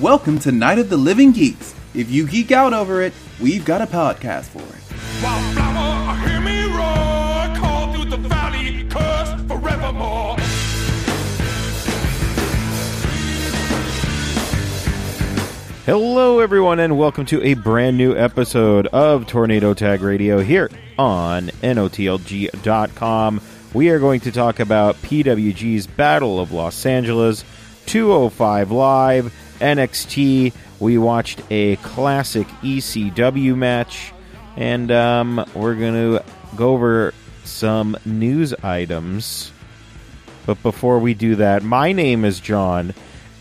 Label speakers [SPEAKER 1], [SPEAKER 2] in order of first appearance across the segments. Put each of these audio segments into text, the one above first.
[SPEAKER 1] Welcome to Night of the Living Geeks. If you geek out over it, we've got a podcast for it.
[SPEAKER 2] Wildflower, hear me roar, call through the valley, curse forevermore.
[SPEAKER 3] Hello, everyone, and welcome to a brand new episode of Tornado Tag Radio here on NOTLG.com. We are going to talk about PWG's Battle of Los Angeles, 205 Live, NXT. We watched a classic ECW match, and um, we're going to go over some news items. But before we do that, my name is John,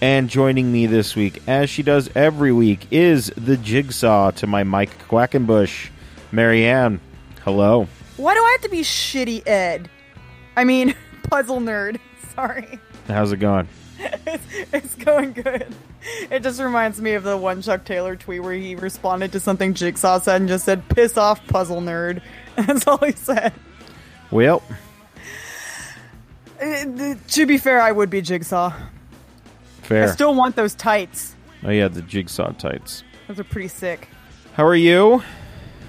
[SPEAKER 3] and joining me this week, as she does every week, is the jigsaw to my Mike Quackenbush, Marianne. Hello.
[SPEAKER 4] Why do I have to be shitty Ed? I mean, puzzle nerd. Sorry.
[SPEAKER 3] How's it going?
[SPEAKER 4] It's, it's going good. It just reminds me of the one Chuck Taylor tweet where he responded to something Jigsaw said and just said, piss off, puzzle nerd. That's all he said.
[SPEAKER 3] Well,
[SPEAKER 4] Uh, th- to be fair, I would be Jigsaw. I
[SPEAKER 3] fair.
[SPEAKER 4] still want those tights.
[SPEAKER 3] oh yeah, the jigsaw tights.
[SPEAKER 4] Those are pretty sick.
[SPEAKER 3] How are you?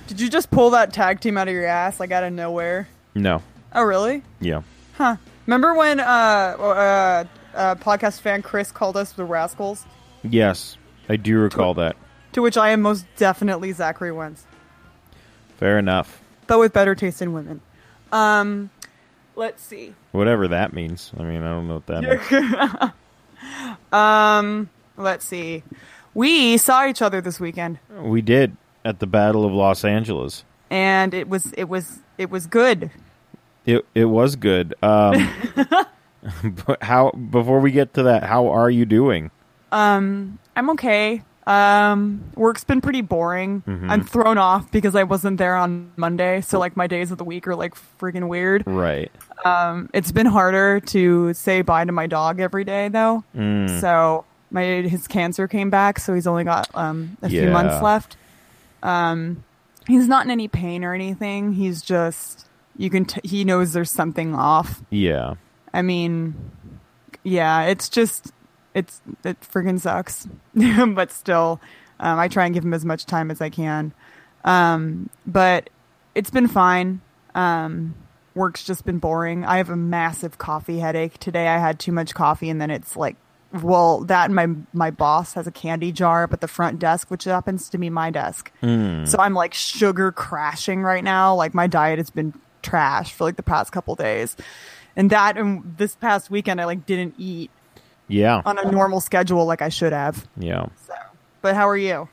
[SPEAKER 4] Did you just pull that tag team out of your ass, like out of nowhere?
[SPEAKER 3] No.
[SPEAKER 4] Oh, really?
[SPEAKER 3] Yeah.
[SPEAKER 4] Huh. Remember when uh, uh, uh, podcast fan Chris called us the Rascals?
[SPEAKER 3] Yes, I do recall that.
[SPEAKER 4] To which I am most definitely Zachary Wentz,
[SPEAKER 3] Fair enough.
[SPEAKER 4] but with better taste in women. Um, let's see.
[SPEAKER 3] Whatever that means. I mean, I don't know what that means.
[SPEAKER 4] Let's see. We saw each other this weekend,
[SPEAKER 3] We did at the Battle of Los Angeles.
[SPEAKER 4] and it was it was it was good.
[SPEAKER 3] It it was good. Um, but how before we get to that, how are you doing?
[SPEAKER 4] I'm okay. Um, work's been pretty boring. I'm thrown off because I wasn't there on Monday, so like my days of the week are like freaking weird.
[SPEAKER 3] Right.
[SPEAKER 4] It's been harder to say bye to my dog every day though. So my his cancer came back, so he's only got um, a few
[SPEAKER 3] Yeah.
[SPEAKER 4] months left. Um, he's not in any pain or anything. He's just you can t- he knows there's something off.
[SPEAKER 3] Yeah.
[SPEAKER 4] I mean, yeah, it's just it's it freaking sucks, but still, um, I try and give him as much time as I can. Um, but it's been fine. Um, work's just been boring. I have a massive coffee headache today. I had too much coffee, and then it's like, well, that and my my boss has a candy jar up at the front desk, which happens to be my desk.
[SPEAKER 3] Hmm.
[SPEAKER 4] So I'm like sugar crashing right now. Like my diet has been trash for like the past couple days. And that and this past weekend I like didn't eat
[SPEAKER 3] Yeah.
[SPEAKER 4] on a normal schedule like I should have.
[SPEAKER 3] Yeah.
[SPEAKER 4] So, but how are you?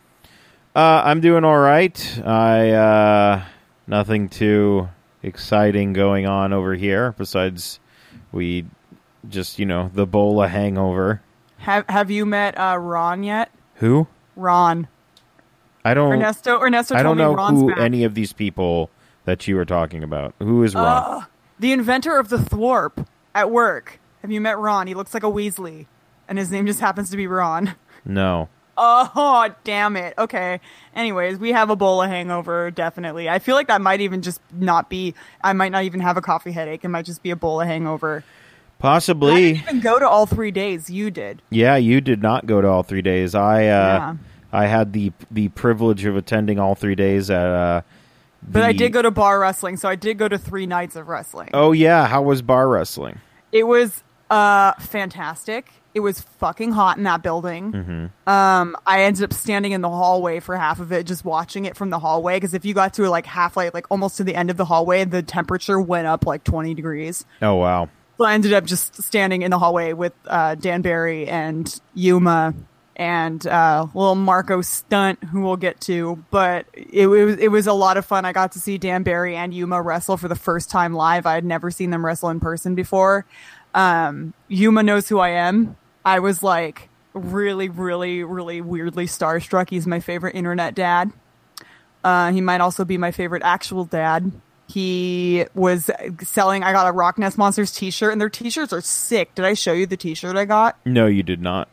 [SPEAKER 3] Uh, I'm doing all right. I uh, nothing too exciting going on over here besides we just you know the bowl of hangover.
[SPEAKER 4] Have have you met uh, Ron yet?
[SPEAKER 3] Who?
[SPEAKER 4] Ron.
[SPEAKER 3] I don't.
[SPEAKER 4] Ernesto Ernesto
[SPEAKER 3] Oh. I
[SPEAKER 4] told
[SPEAKER 3] don't know
[SPEAKER 4] me Ron's
[SPEAKER 3] who
[SPEAKER 4] back.
[SPEAKER 3] any of these people that you were talking about. Who is Ron?
[SPEAKER 4] the inventor of the thwarp at work. Have you met Ron? He looks like a Weasley and his name just happens to be Ron.
[SPEAKER 3] no.
[SPEAKER 4] Oh, damn it. Okay. Anyways, we have Ebola hangover, definitely. I feel like that might even just not be, I might not even have a coffee headache. It might just be Ebola hangover. I
[SPEAKER 3] Possibly.
[SPEAKER 4] didn't even go to all three days. You did.
[SPEAKER 3] Yeah, you did not go to all three days. I uh,
[SPEAKER 4] Yeah.
[SPEAKER 3] I had the the privilege of attending all three days at. Uh,
[SPEAKER 4] But I
[SPEAKER 3] the-
[SPEAKER 4] did go to bar wrestling, so I did go to three nights of wrestling.
[SPEAKER 3] Oh yeah, how was bar wrestling?
[SPEAKER 4] It was uh fantastic. It was fucking hot in that building. Um, I ended up standing in the hallway for half of it, just watching it from the hallway. Because if you got to like half, like like almost to the end of the hallway, the temperature went up like twenty degrees.
[SPEAKER 3] Oh wow,
[SPEAKER 4] So I ended up just standing in the hallway with uh, Dan Barry and Yuma and uh, little Marco Stunt, who we'll get to. But it, was it was a lot of fun. I got to see Dan Barry and Yuma wrestle for the first time live. I had never seen them wrestle in person before. Um, Yuma knows who I am. I was like really, really, really weirdly starstruck. He's my favorite internet dad. Uh, he might also be my favorite actual dad. He was selling. I got a Rock Nest Monsters T-shirt, and their T-shirts are sick. Did I show you the T-shirt I got?
[SPEAKER 3] no, you did not.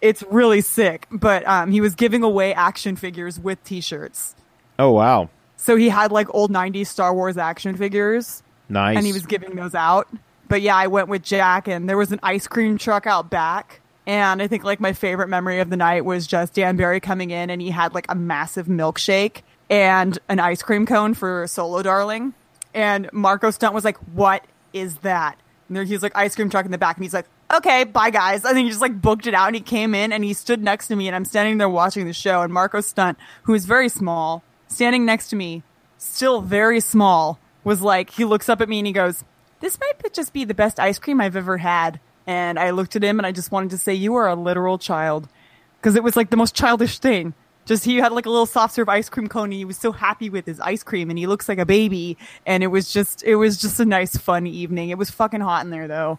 [SPEAKER 4] It's really sick. But um, he was giving away action figures with T-shirts,
[SPEAKER 3] Oh wow,
[SPEAKER 4] so he had like old '90s Star Wars action figures,
[SPEAKER 3] nice.
[SPEAKER 4] and he was giving those out. But yeah, I went with Jack, and there was an ice cream truck out back. And I think like my favorite memory of the night was just Dan Barry coming in and he had like a massive milkshake and an ice cream cone for Solo Darling. And Marco Stunt was like, What is that? And there, he's like, Ice cream truck in the back. And he's like, Okay, bye guys. And then he just like booked it out and he came in and he stood next to me and I'm standing there watching the show. And Marco Stunt, who is very small, standing next to me, still very small, was like, He looks up at me and he goes, This might just be the best ice cream I've ever had. And I looked at him and I just wanted to say, You are a literal child. Because it was like the most childish thing. Just he had like a little soft serve ice cream cone and he was so happy with his ice cream and he looks like a baby. And it was just, it was just a nice, fun evening. It was fucking hot in there though.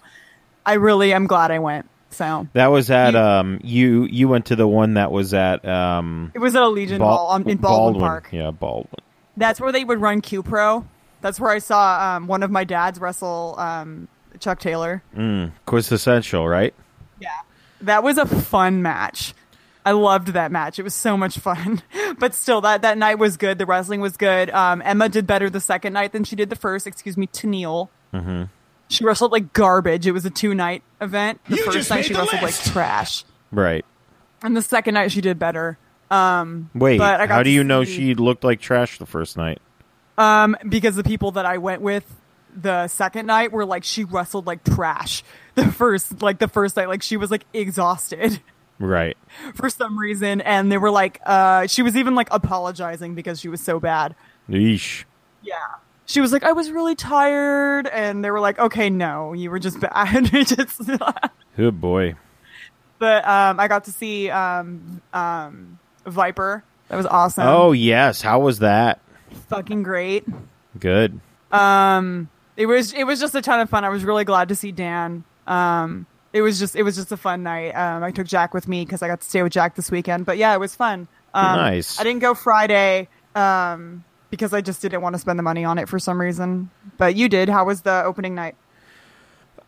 [SPEAKER 4] I really am glad I went. So
[SPEAKER 3] That was at
[SPEAKER 4] You-
[SPEAKER 3] um you you went to the one that was at um
[SPEAKER 4] it was at a Legion Ball um, in Baldwin, Park.
[SPEAKER 3] Yeah, Baldwin.
[SPEAKER 4] That's where they would run Q Pro. That's where I saw um, one of my dads wrestle um, Chuck Taylor.
[SPEAKER 3] Quintessential, right?
[SPEAKER 4] Yeah. That was a fun match. I loved that match. It was so much fun. But still, that, that night was good. The wrestling was good. Um, Emma did better the second night than she did the first. Excuse me, Tennille. Mm-hmm. She wrestled like garbage. It was a two night event. The
[SPEAKER 2] You
[SPEAKER 4] first
[SPEAKER 2] just
[SPEAKER 4] night
[SPEAKER 2] made
[SPEAKER 4] she
[SPEAKER 2] the
[SPEAKER 4] wrestled
[SPEAKER 2] list.
[SPEAKER 4] like trash.
[SPEAKER 3] Right.
[SPEAKER 4] And the second night she did better.
[SPEAKER 3] Wait,
[SPEAKER 4] But I got
[SPEAKER 3] how do
[SPEAKER 4] to
[SPEAKER 3] you know
[SPEAKER 4] see-
[SPEAKER 3] she looked like trash the first night?
[SPEAKER 4] because the people that I went with the second night were like she wrestled like trash. The first like the first night like she was like exhausted
[SPEAKER 3] Right.
[SPEAKER 4] for some reason and they were like uh she was even like apologizing because she was so bad.
[SPEAKER 3] Yeesh.
[SPEAKER 4] Yeah. She was like I was really tired and they were like okay no, you were just bad. It just
[SPEAKER 3] Good boy.
[SPEAKER 4] but um I got to see um um Viper. That was awesome.
[SPEAKER 3] Oh yes, how was that?
[SPEAKER 4] fucking great.
[SPEAKER 3] Good.
[SPEAKER 4] it was it was just a ton of fun. I was really glad to see Dan. Um, it was just it was just a fun night. Um, I took Jack with me because I got to stay with Jack this weekend. But yeah, it was fun. Um,
[SPEAKER 3] Nice.
[SPEAKER 4] I didn't go Friday um, because I just didn't want to spend the money on it for some reason. But you did. How was the opening night?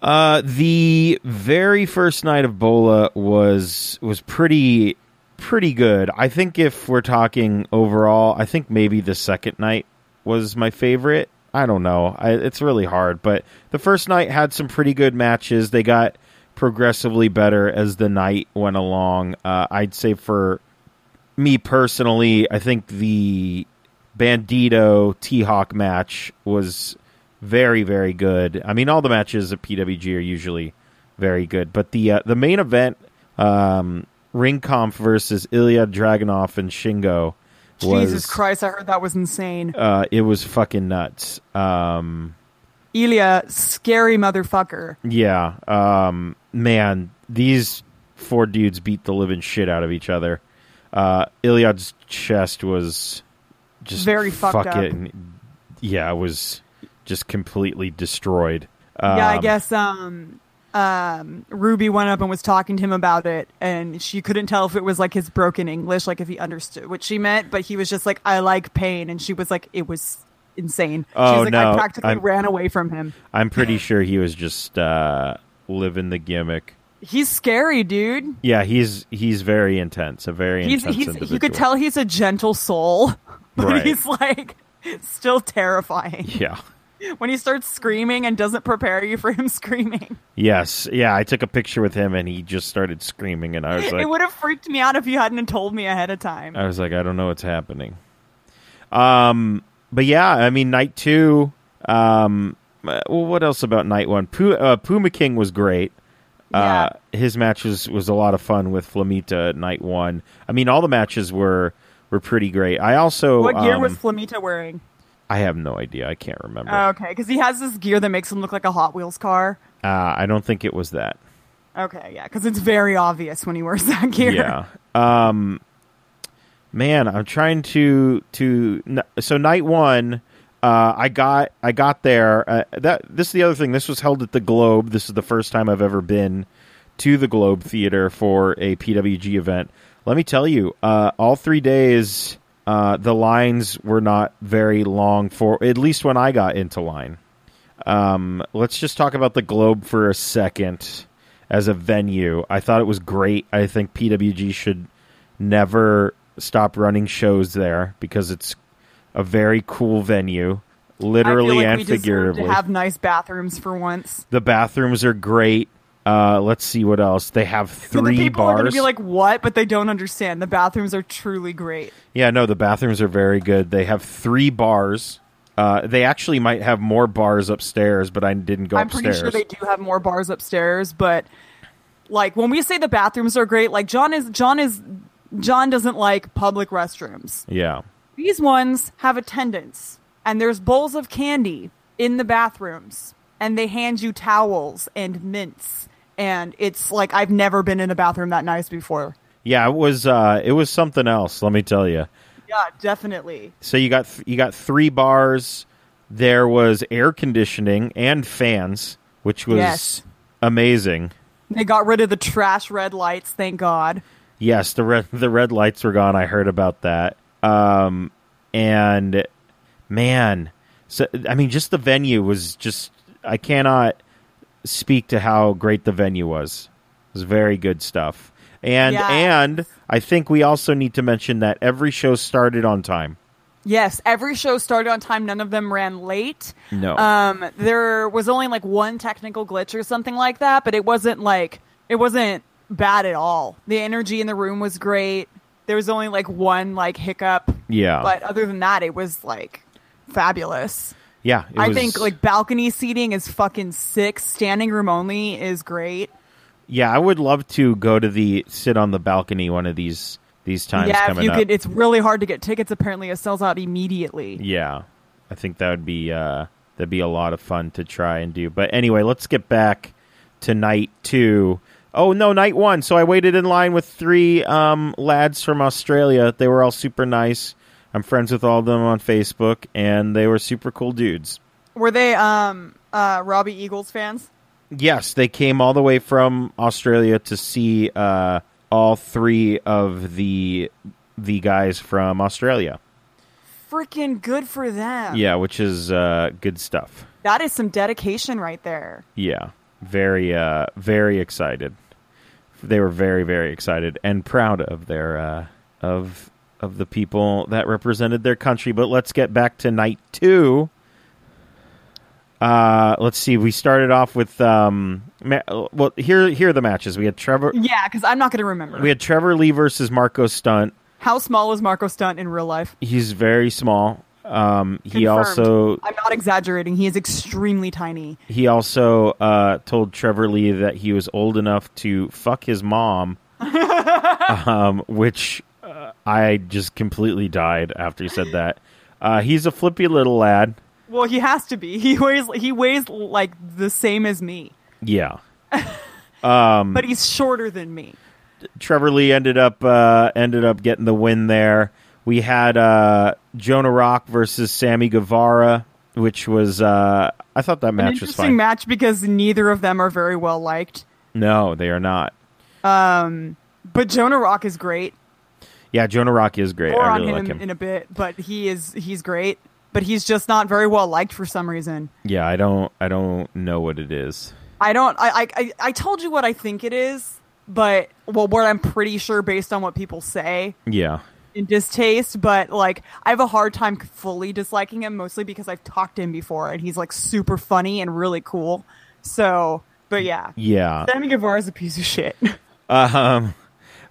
[SPEAKER 3] Uh, the very first night of Bola was was pretty pretty good. I think if we're talking overall, I think maybe the second night was my favorite. I don't know. I, it's really hard, but the first night had some pretty good matches. They got progressively better as the night went along. Uh, I'd say for me personally, I think the Bandito T Hawk match was very, very good. I mean, all the matches at PWG are usually very good, but the uh, the main event, um, Ring Conf versus Ilya Dragunov and Shingo, was
[SPEAKER 4] Jesus Christ! I heard that was insane.
[SPEAKER 3] Uh, it was fucking nuts. Um,
[SPEAKER 4] Ilya, scary motherfucker.
[SPEAKER 3] yeah, um, man, these four dudes beat the living shit out of each other. Uh, Iliad's chest was just
[SPEAKER 4] Very fucked up.
[SPEAKER 3] fucking, Yeah, it was just completely destroyed.
[SPEAKER 4] yeah, I
[SPEAKER 3] Um,
[SPEAKER 4] guess um um Ruby went up and was talking to him about it and she couldn't tell if it was like his broken English, like if he understood what she meant, but he was just like, I like pain and she was like, It was insane. she
[SPEAKER 3] Oh,
[SPEAKER 4] was like,
[SPEAKER 3] no,
[SPEAKER 4] I practically
[SPEAKER 3] I'm-
[SPEAKER 4] ran away from him.
[SPEAKER 3] I'm pretty sure he was just uh, living the gimmick.
[SPEAKER 4] He's scary, dude.
[SPEAKER 3] Yeah, he's he's very intense. A very
[SPEAKER 4] He's
[SPEAKER 3] intense
[SPEAKER 4] he's
[SPEAKER 3] individual.
[SPEAKER 4] you could tell he's a gentle soul, but
[SPEAKER 3] Right.
[SPEAKER 4] he's like still terrifying.
[SPEAKER 3] Yeah.
[SPEAKER 4] When he starts screaming and doesn't prepare you for him screaming.
[SPEAKER 3] Yes. Yeah. I took a picture with him, and he just started screaming, and I was like,
[SPEAKER 4] it would have freaked me out if you hadn't told me ahead of time.
[SPEAKER 3] I was like, I don't know what's happening. Um, but yeah, I mean, night two. Um, uh, well, what else about night one? Pu- uh, Puma King was great. Uh, his match was, was a lot of fun with Flamita at night one. I mean, all the matches were were pretty great. I also
[SPEAKER 4] What gear was
[SPEAKER 3] um,
[SPEAKER 4] Flamita wearing?
[SPEAKER 3] I have no idea. I can't remember.
[SPEAKER 4] Oh, okay, because he has this gear that makes him look like a Hot Wheels car.
[SPEAKER 3] uh, I don't think it was that.
[SPEAKER 4] Okay, yeah, because it's very obvious when he wears that gear.
[SPEAKER 3] Yeah. Um, man, I'm trying to to n- so night one. Uh, I got I got there. Uh, that this is the other thing. This was held at the Globe. This is the first time I've ever been to the Globe Theater for a PWG event. Let me tell you, uh, all three days uh, the lines were not very long for at least when I got into line. Um, let's just talk about the Globe for a second as a venue. I thought it was great. I think PWG should never stop running shows there because it's a very cool venue,
[SPEAKER 4] I feel
[SPEAKER 3] literally
[SPEAKER 4] like
[SPEAKER 3] and
[SPEAKER 4] we deserve
[SPEAKER 3] figuratively.
[SPEAKER 4] to have nice bathrooms for once.
[SPEAKER 3] the bathrooms are great. Uh, let's see what else. They have
[SPEAKER 4] So
[SPEAKER 3] three
[SPEAKER 4] the people are going
[SPEAKER 3] bars.
[SPEAKER 4] to be like, what? But they don't understand. The bathrooms are truly great.
[SPEAKER 3] yeah, no, the bathrooms are very good. They have three bars. Uh, they actually might have more bars upstairs, but I didn't go
[SPEAKER 4] I'm pretty
[SPEAKER 3] upstairs.
[SPEAKER 4] sure they do have more bars upstairs, but like when we say the bathrooms are great, like John is John is John doesn't like public restrooms.
[SPEAKER 3] yeah.
[SPEAKER 4] These ones have attendants, and there's bowls of candy in the bathrooms, and they hand you towels and mints, and it's like I've never been in a bathroom that nice before.
[SPEAKER 3] Yeah, it was uh, it was something else, let me tell you.
[SPEAKER 4] Yeah, definitely.
[SPEAKER 3] So you got th- you got three bars. There was air conditioning and fans, which was
[SPEAKER 4] Yes.
[SPEAKER 3] amazing.
[SPEAKER 4] They got rid of the trash red lights, thank God.
[SPEAKER 3] Yes, the red the red lights were gone. I heard about that. Um, and man, so I mean, just the venue was just I cannot speak to how great the venue was. It was very good stuff. And
[SPEAKER 4] Yes.
[SPEAKER 3] and I think we also need to mention that every show started on time.
[SPEAKER 4] Yes, every show started on time. None of them ran late.
[SPEAKER 3] No.
[SPEAKER 4] Um, there was only like one technical glitch or something like that, but it wasn't like it wasn't bad at all. The energy in the room was great. There was only like one like hiccup,
[SPEAKER 3] Yeah.
[SPEAKER 4] but other than that, it was like fabulous.
[SPEAKER 3] yeah, it
[SPEAKER 4] I
[SPEAKER 3] was-
[SPEAKER 4] think like balcony seating is fucking sick. Standing room only is great.
[SPEAKER 3] Yeah, I would love to go to the sit on the balcony one of these these times
[SPEAKER 4] yeah, if
[SPEAKER 3] coming
[SPEAKER 4] you
[SPEAKER 3] up.
[SPEAKER 4] could, it's really hard to get tickets. Apparently, it sells out immediately.
[SPEAKER 3] yeah. I think that would be uh that'd be a lot of fun to try and do. But anyway, let's get back to night 2. Oh no, night 1. So I waited in line with three um lads from Australia. They were all super nice. I'm friends with all of them on Facebook and they were super cool dudes.
[SPEAKER 4] Were they um uh Robbie Eagles fans?
[SPEAKER 3] Yes, they came all the way from Australia to see uh, all three of the the guys from Australia.
[SPEAKER 4] freaking good for them.
[SPEAKER 3] Yeah, which is uh, good stuff.
[SPEAKER 4] That is some dedication right there.
[SPEAKER 3] Yeah, very uh, very excited. They were very very excited and proud of their uh, of of the people that represented their country. But let's get back to night two. Uh, let's see. We started off with um, ma- well. Here, here are the matches. We had Trevor.
[SPEAKER 4] Yeah, because I'm not going to remember.
[SPEAKER 3] We had Trevor Lee versus Marco Stunt.
[SPEAKER 4] How small is Marco Stunt in real life?
[SPEAKER 3] He's very small. Um, he
[SPEAKER 4] Confirmed.
[SPEAKER 3] also
[SPEAKER 4] I'm not exaggerating. He is extremely tiny.
[SPEAKER 3] he also uh, told Trevor Lee that he was old enough to fuck his mom, um, which uh, I just completely died after he said that. Uh, he's a flippy little lad.
[SPEAKER 4] Well, he has to be. He weighs he weighs like the same as me,
[SPEAKER 3] Yeah. Um,
[SPEAKER 4] but he's shorter than me.
[SPEAKER 3] Trevor Lee ended up uh, ended up getting the win there. We had uh, Jonah Rock versus Sammy Guevara, which was uh, I thought that
[SPEAKER 4] An
[SPEAKER 3] match was
[SPEAKER 4] interesting
[SPEAKER 3] fine.
[SPEAKER 4] match because neither of them are very well liked.
[SPEAKER 3] no, they are not.
[SPEAKER 4] But Jonah Rock is great.
[SPEAKER 3] Yeah, Jonah Rock is great.
[SPEAKER 4] More
[SPEAKER 3] I
[SPEAKER 4] on
[SPEAKER 3] really
[SPEAKER 4] him,
[SPEAKER 3] like him.
[SPEAKER 4] in a bit, but he is he's great. But he's just not very well liked for some reason.
[SPEAKER 3] yeah, I don't I don't know what it is.
[SPEAKER 4] I don't. I, I- I I told you what I think it is, but well, what I'm pretty sure based on what people say
[SPEAKER 3] Yeah.
[SPEAKER 4] in distaste. But like, I have a hard time fully disliking him, mostly because I've talked to him before, and he's like super funny and really cool. So, but yeah,
[SPEAKER 3] Yeah.
[SPEAKER 4] Sammy Guevara is a piece of shit.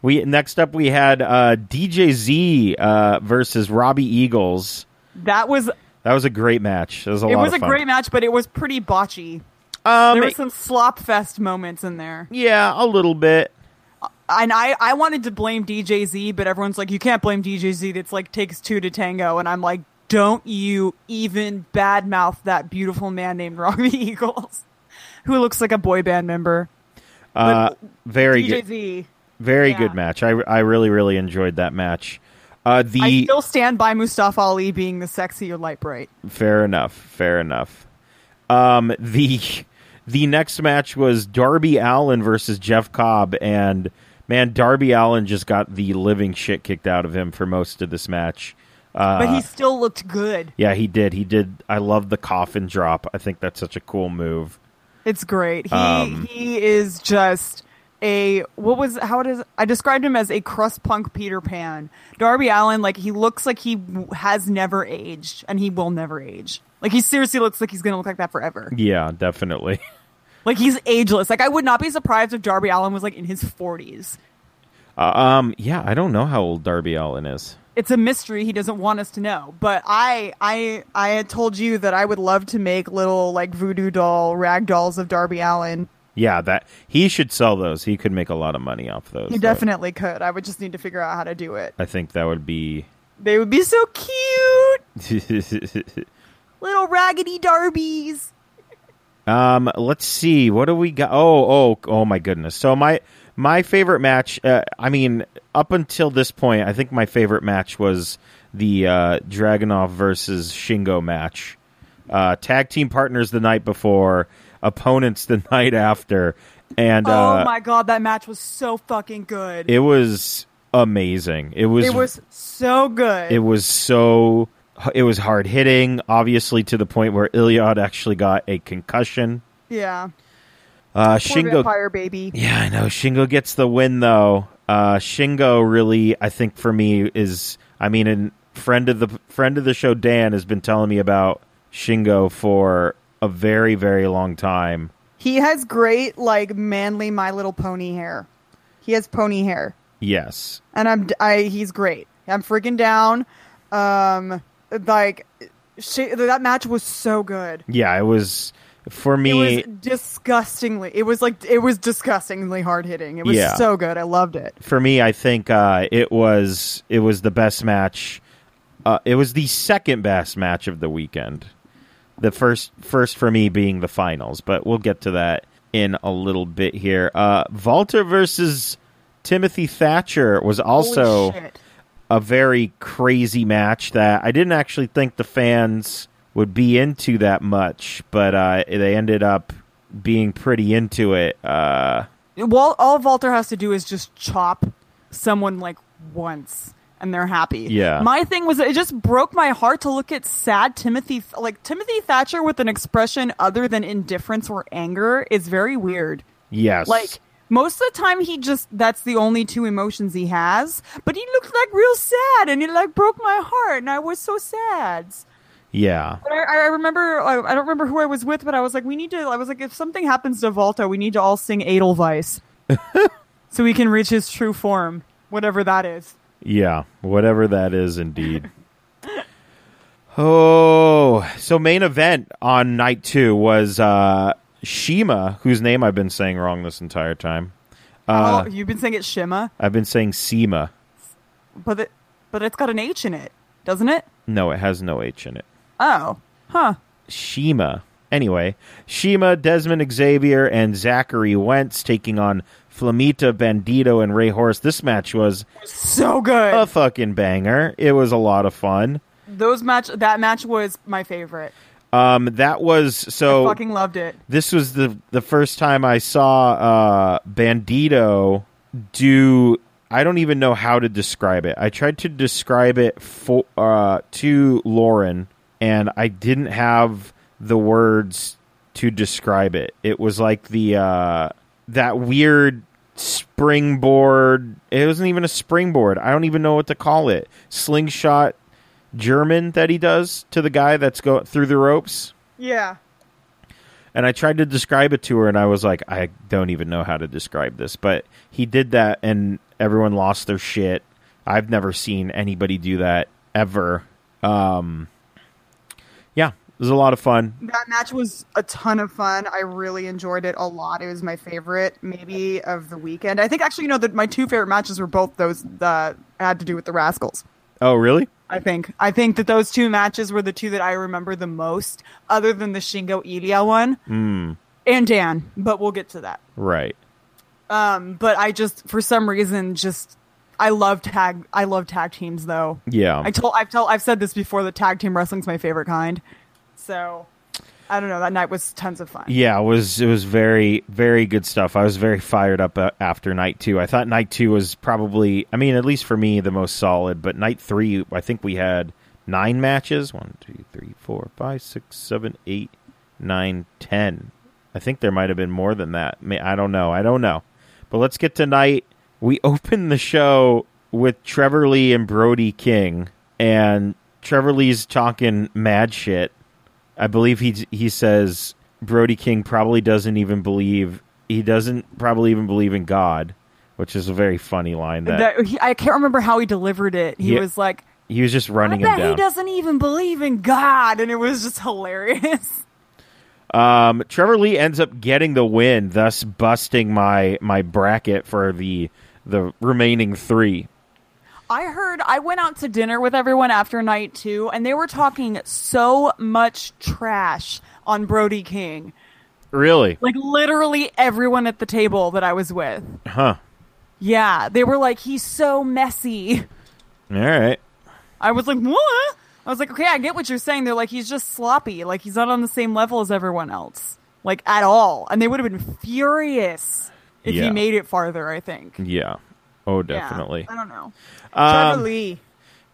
[SPEAKER 3] We next up we had uh, DJ Z uh, versus Robbie Eagles.
[SPEAKER 4] that was
[SPEAKER 3] That was a great match. That was a
[SPEAKER 4] it
[SPEAKER 3] lot
[SPEAKER 4] was
[SPEAKER 3] of
[SPEAKER 4] a
[SPEAKER 3] fun.
[SPEAKER 4] great match, but it was pretty botchy.
[SPEAKER 3] um,
[SPEAKER 4] There were some slop fest moments in there,
[SPEAKER 3] yeah, a little bit.
[SPEAKER 4] and I I wanted to blame DJ Z, but everyone's like, you can't blame DJ Z. That's like takes two to tango, and I'm like, don't you even badmouth that beautiful man named Robbie Eagles, who looks like a boy band member.
[SPEAKER 3] Uh, very
[SPEAKER 4] DJ
[SPEAKER 3] good,
[SPEAKER 4] Z.
[SPEAKER 3] very
[SPEAKER 4] yeah.
[SPEAKER 3] good match. I, I really really enjoyed that match. Uh, the
[SPEAKER 4] I still stand by Mustafa Ali being the sexier light bright.
[SPEAKER 3] fair enough, fair enough. Um, the the next match was Darby Allen versus Jeff Cobb, and man, Darby Allen just got the living shit kicked out of him for most of this match. Uh,
[SPEAKER 4] But he still looked good.
[SPEAKER 3] yeah, he did. He did. I love the coffin drop. I think that's such a cool move.
[SPEAKER 4] It's great. He
[SPEAKER 3] Um,
[SPEAKER 4] he is just a what was how does I described him as a crust punk Peter Pan. Darby Allen like he looks like he w- has never aged and he will never age. Like he seriously looks like he's going to look like that forever.
[SPEAKER 3] Yeah, definitely.
[SPEAKER 4] Like he's ageless. Like I would not be surprised if Darby Allen was like in his 40s.
[SPEAKER 3] Uh, um, yeah, I don't know how old Darby Allen is.
[SPEAKER 4] It's a mystery he doesn't want us to know. But I I I had told you that I would love to make little like voodoo doll rag dolls of Darby Allen.
[SPEAKER 3] Yeah, that he should sell those. He could make a lot of money off those.
[SPEAKER 4] He
[SPEAKER 3] though.
[SPEAKER 4] definitely could. I would just need to figure out how to do it.
[SPEAKER 3] I think that would be.
[SPEAKER 4] They would be so cute. Little raggedy Darbies.
[SPEAKER 3] um, let's see. What do we got? Oh, oh, oh my goodness. So my my favorite match. Uh, I mean, up until this point, I think my favorite match was the uh, Dragonov versus Shingo match. Uh, tag team partners the night before, opponents the night after, and uh,
[SPEAKER 4] oh my god, that match was so fucking good.
[SPEAKER 3] it was amazing. It was
[SPEAKER 4] It was so good.
[SPEAKER 3] it was so it was hard hitting obviously to the point where Iliad actually got a concussion
[SPEAKER 4] yeah.
[SPEAKER 3] uh
[SPEAKER 4] Poor
[SPEAKER 3] Shingo
[SPEAKER 4] vampire baby.
[SPEAKER 3] yeah I know Shingo gets the win though uh Shingo really I think for me is I mean and friend of the friend of the show Dan has been telling me about Shingo for a very very long time
[SPEAKER 4] He has great, like, manly My Little Pony hair. He has pony hair,
[SPEAKER 3] yes
[SPEAKER 4] and I'm I. He's great. I'm freaking down. Um, like, she, that match was so good.
[SPEAKER 3] yeah it was for
[SPEAKER 4] It
[SPEAKER 3] me
[SPEAKER 4] was disgustingly. It was like it was disgustingly hard hitting. It was
[SPEAKER 3] Yeah.
[SPEAKER 4] so good. I loved it.
[SPEAKER 3] for me, I think uh, it was it was the best match. Uh, it was the second best match of the weekend. The first first for me being the finals, but we'll get to that in a little bit here. Uh, Walter versus Timothy Thatcher was also
[SPEAKER 4] Holy shit.
[SPEAKER 3] a very crazy match that I didn't actually think the fans would be into that much, but uh, they ended up being pretty into it. Uh,
[SPEAKER 4] Well, all Walter has to do is just chop someone like once, and they're happy.
[SPEAKER 3] Yeah.
[SPEAKER 4] My thing was, it just broke my heart to look at sad Timothy, like Timothy Thatcher, with an expression other than indifference or anger. is very weird.
[SPEAKER 3] yes,
[SPEAKER 4] Like most of the time, he just that's the only two emotions he has. But he looked like real sad, and it like broke my heart, and I was so sad.
[SPEAKER 3] yeah.
[SPEAKER 4] But I, I remember, I, I don't remember who I was with, but I was like, we need to, I was like, if something happens to Volta, we need to all sing Edelweiss. so we can reach his true form, whatever that is.
[SPEAKER 3] Yeah, whatever that is, indeed. oh, so main event on night two was uh, Shima, whose name I've been saying wrong this entire time. Uh,
[SPEAKER 4] oh, you've been saying it's Shima,
[SPEAKER 3] I've been saying Sema.
[SPEAKER 4] but it, but it's got an H in it, doesn't it?
[SPEAKER 3] No, it has no H in it.
[SPEAKER 4] Oh, huh.
[SPEAKER 3] Shima. Anyway, Shima, Desmond Xavier, and Zachary Wentz taking on Flamita, Bandito, and Ray Horse. This match was
[SPEAKER 4] So good.
[SPEAKER 3] a fucking banger. It was a lot of fun.
[SPEAKER 4] Those match, that match was my favorite.
[SPEAKER 3] Um, that was so.
[SPEAKER 4] Fucking loved it.
[SPEAKER 3] this was the the first time I saw uh, Bandito do. I don't even know how to describe it. I tried to describe it for uh, to Lauren, and I didn't have the words to describe it. It was like the uh, that weird springboard. It wasn't even a springboard. I don't even know what to call it. Slingshot German that he does to the guy that's go through the ropes
[SPEAKER 4] Yeah.
[SPEAKER 3] and I tried to describe it to her, and I was like, I don't even know how to describe this. But he did that, and everyone lost their shit. I've never seen anybody do that ever. Um, yeah, it was a lot of fun.
[SPEAKER 4] That match was a ton of fun. I really enjoyed it a lot. It was my favorite, maybe of the weekend. I think actually, you know, that my two favorite matches were both those that had to do with the Rascals.
[SPEAKER 3] Oh, really?
[SPEAKER 4] I think I think that those two matches were the two that I remember the most, other than the Shingo Ilya one
[SPEAKER 3] Hmm.
[SPEAKER 4] and Dan. But we'll get to that.
[SPEAKER 3] Right.
[SPEAKER 4] Um, but I just for some reason just I love tag I love tag teams though.
[SPEAKER 3] Yeah.
[SPEAKER 4] I told I've told I've said this before. The tag team wrestling's my favorite kind. So I don't know. That night was tons of fun.
[SPEAKER 3] yeah, it was it was very very good stuff. I was very fired up uh, after night 2. I thought night 2 was probably I mean, at least for me the most solid, but night 3 I think we had 9 matches. One, two, three, four, five, six, seven, eight, nine, ten. I think there might have been more than that. May- I don't know. I don't know. But let's get to night. We open the show with Trevor Lee and Brody King and Trevor Lee's talking mad shit. I believe he he says Brody King probably doesn't even believe he doesn't probably even believe in God, which is a very funny line that,
[SPEAKER 4] That- he- I can't remember how he delivered it. He
[SPEAKER 3] Yeah.
[SPEAKER 4] was like,
[SPEAKER 3] he was just running
[SPEAKER 4] I bet he
[SPEAKER 3] him down.
[SPEAKER 4] doesn't even believe in God. And it was just hilarious.
[SPEAKER 3] Um, Trevor Lee ends up getting the win, thus busting my my bracket for the the remaining three.
[SPEAKER 4] I heard I went out to dinner with everyone after night two, and they were talking so much trash on Brody King.
[SPEAKER 3] Really?
[SPEAKER 4] Like literally everyone at the table that I was with.
[SPEAKER 3] Huh.
[SPEAKER 4] Yeah, they were like, he's so messy.
[SPEAKER 3] All right.
[SPEAKER 4] I was like, what? I was like, okay, I get what you're saying. They're like, he's just sloppy. Like, he's not on the same level as everyone else, like, at all. And they would have been furious if
[SPEAKER 3] Yeah.
[SPEAKER 4] he made it farther, I think.
[SPEAKER 3] Yeah. Oh,
[SPEAKER 4] Yeah.
[SPEAKER 3] definitely.
[SPEAKER 4] I don't know.
[SPEAKER 3] Um,
[SPEAKER 4] Trevor Lee.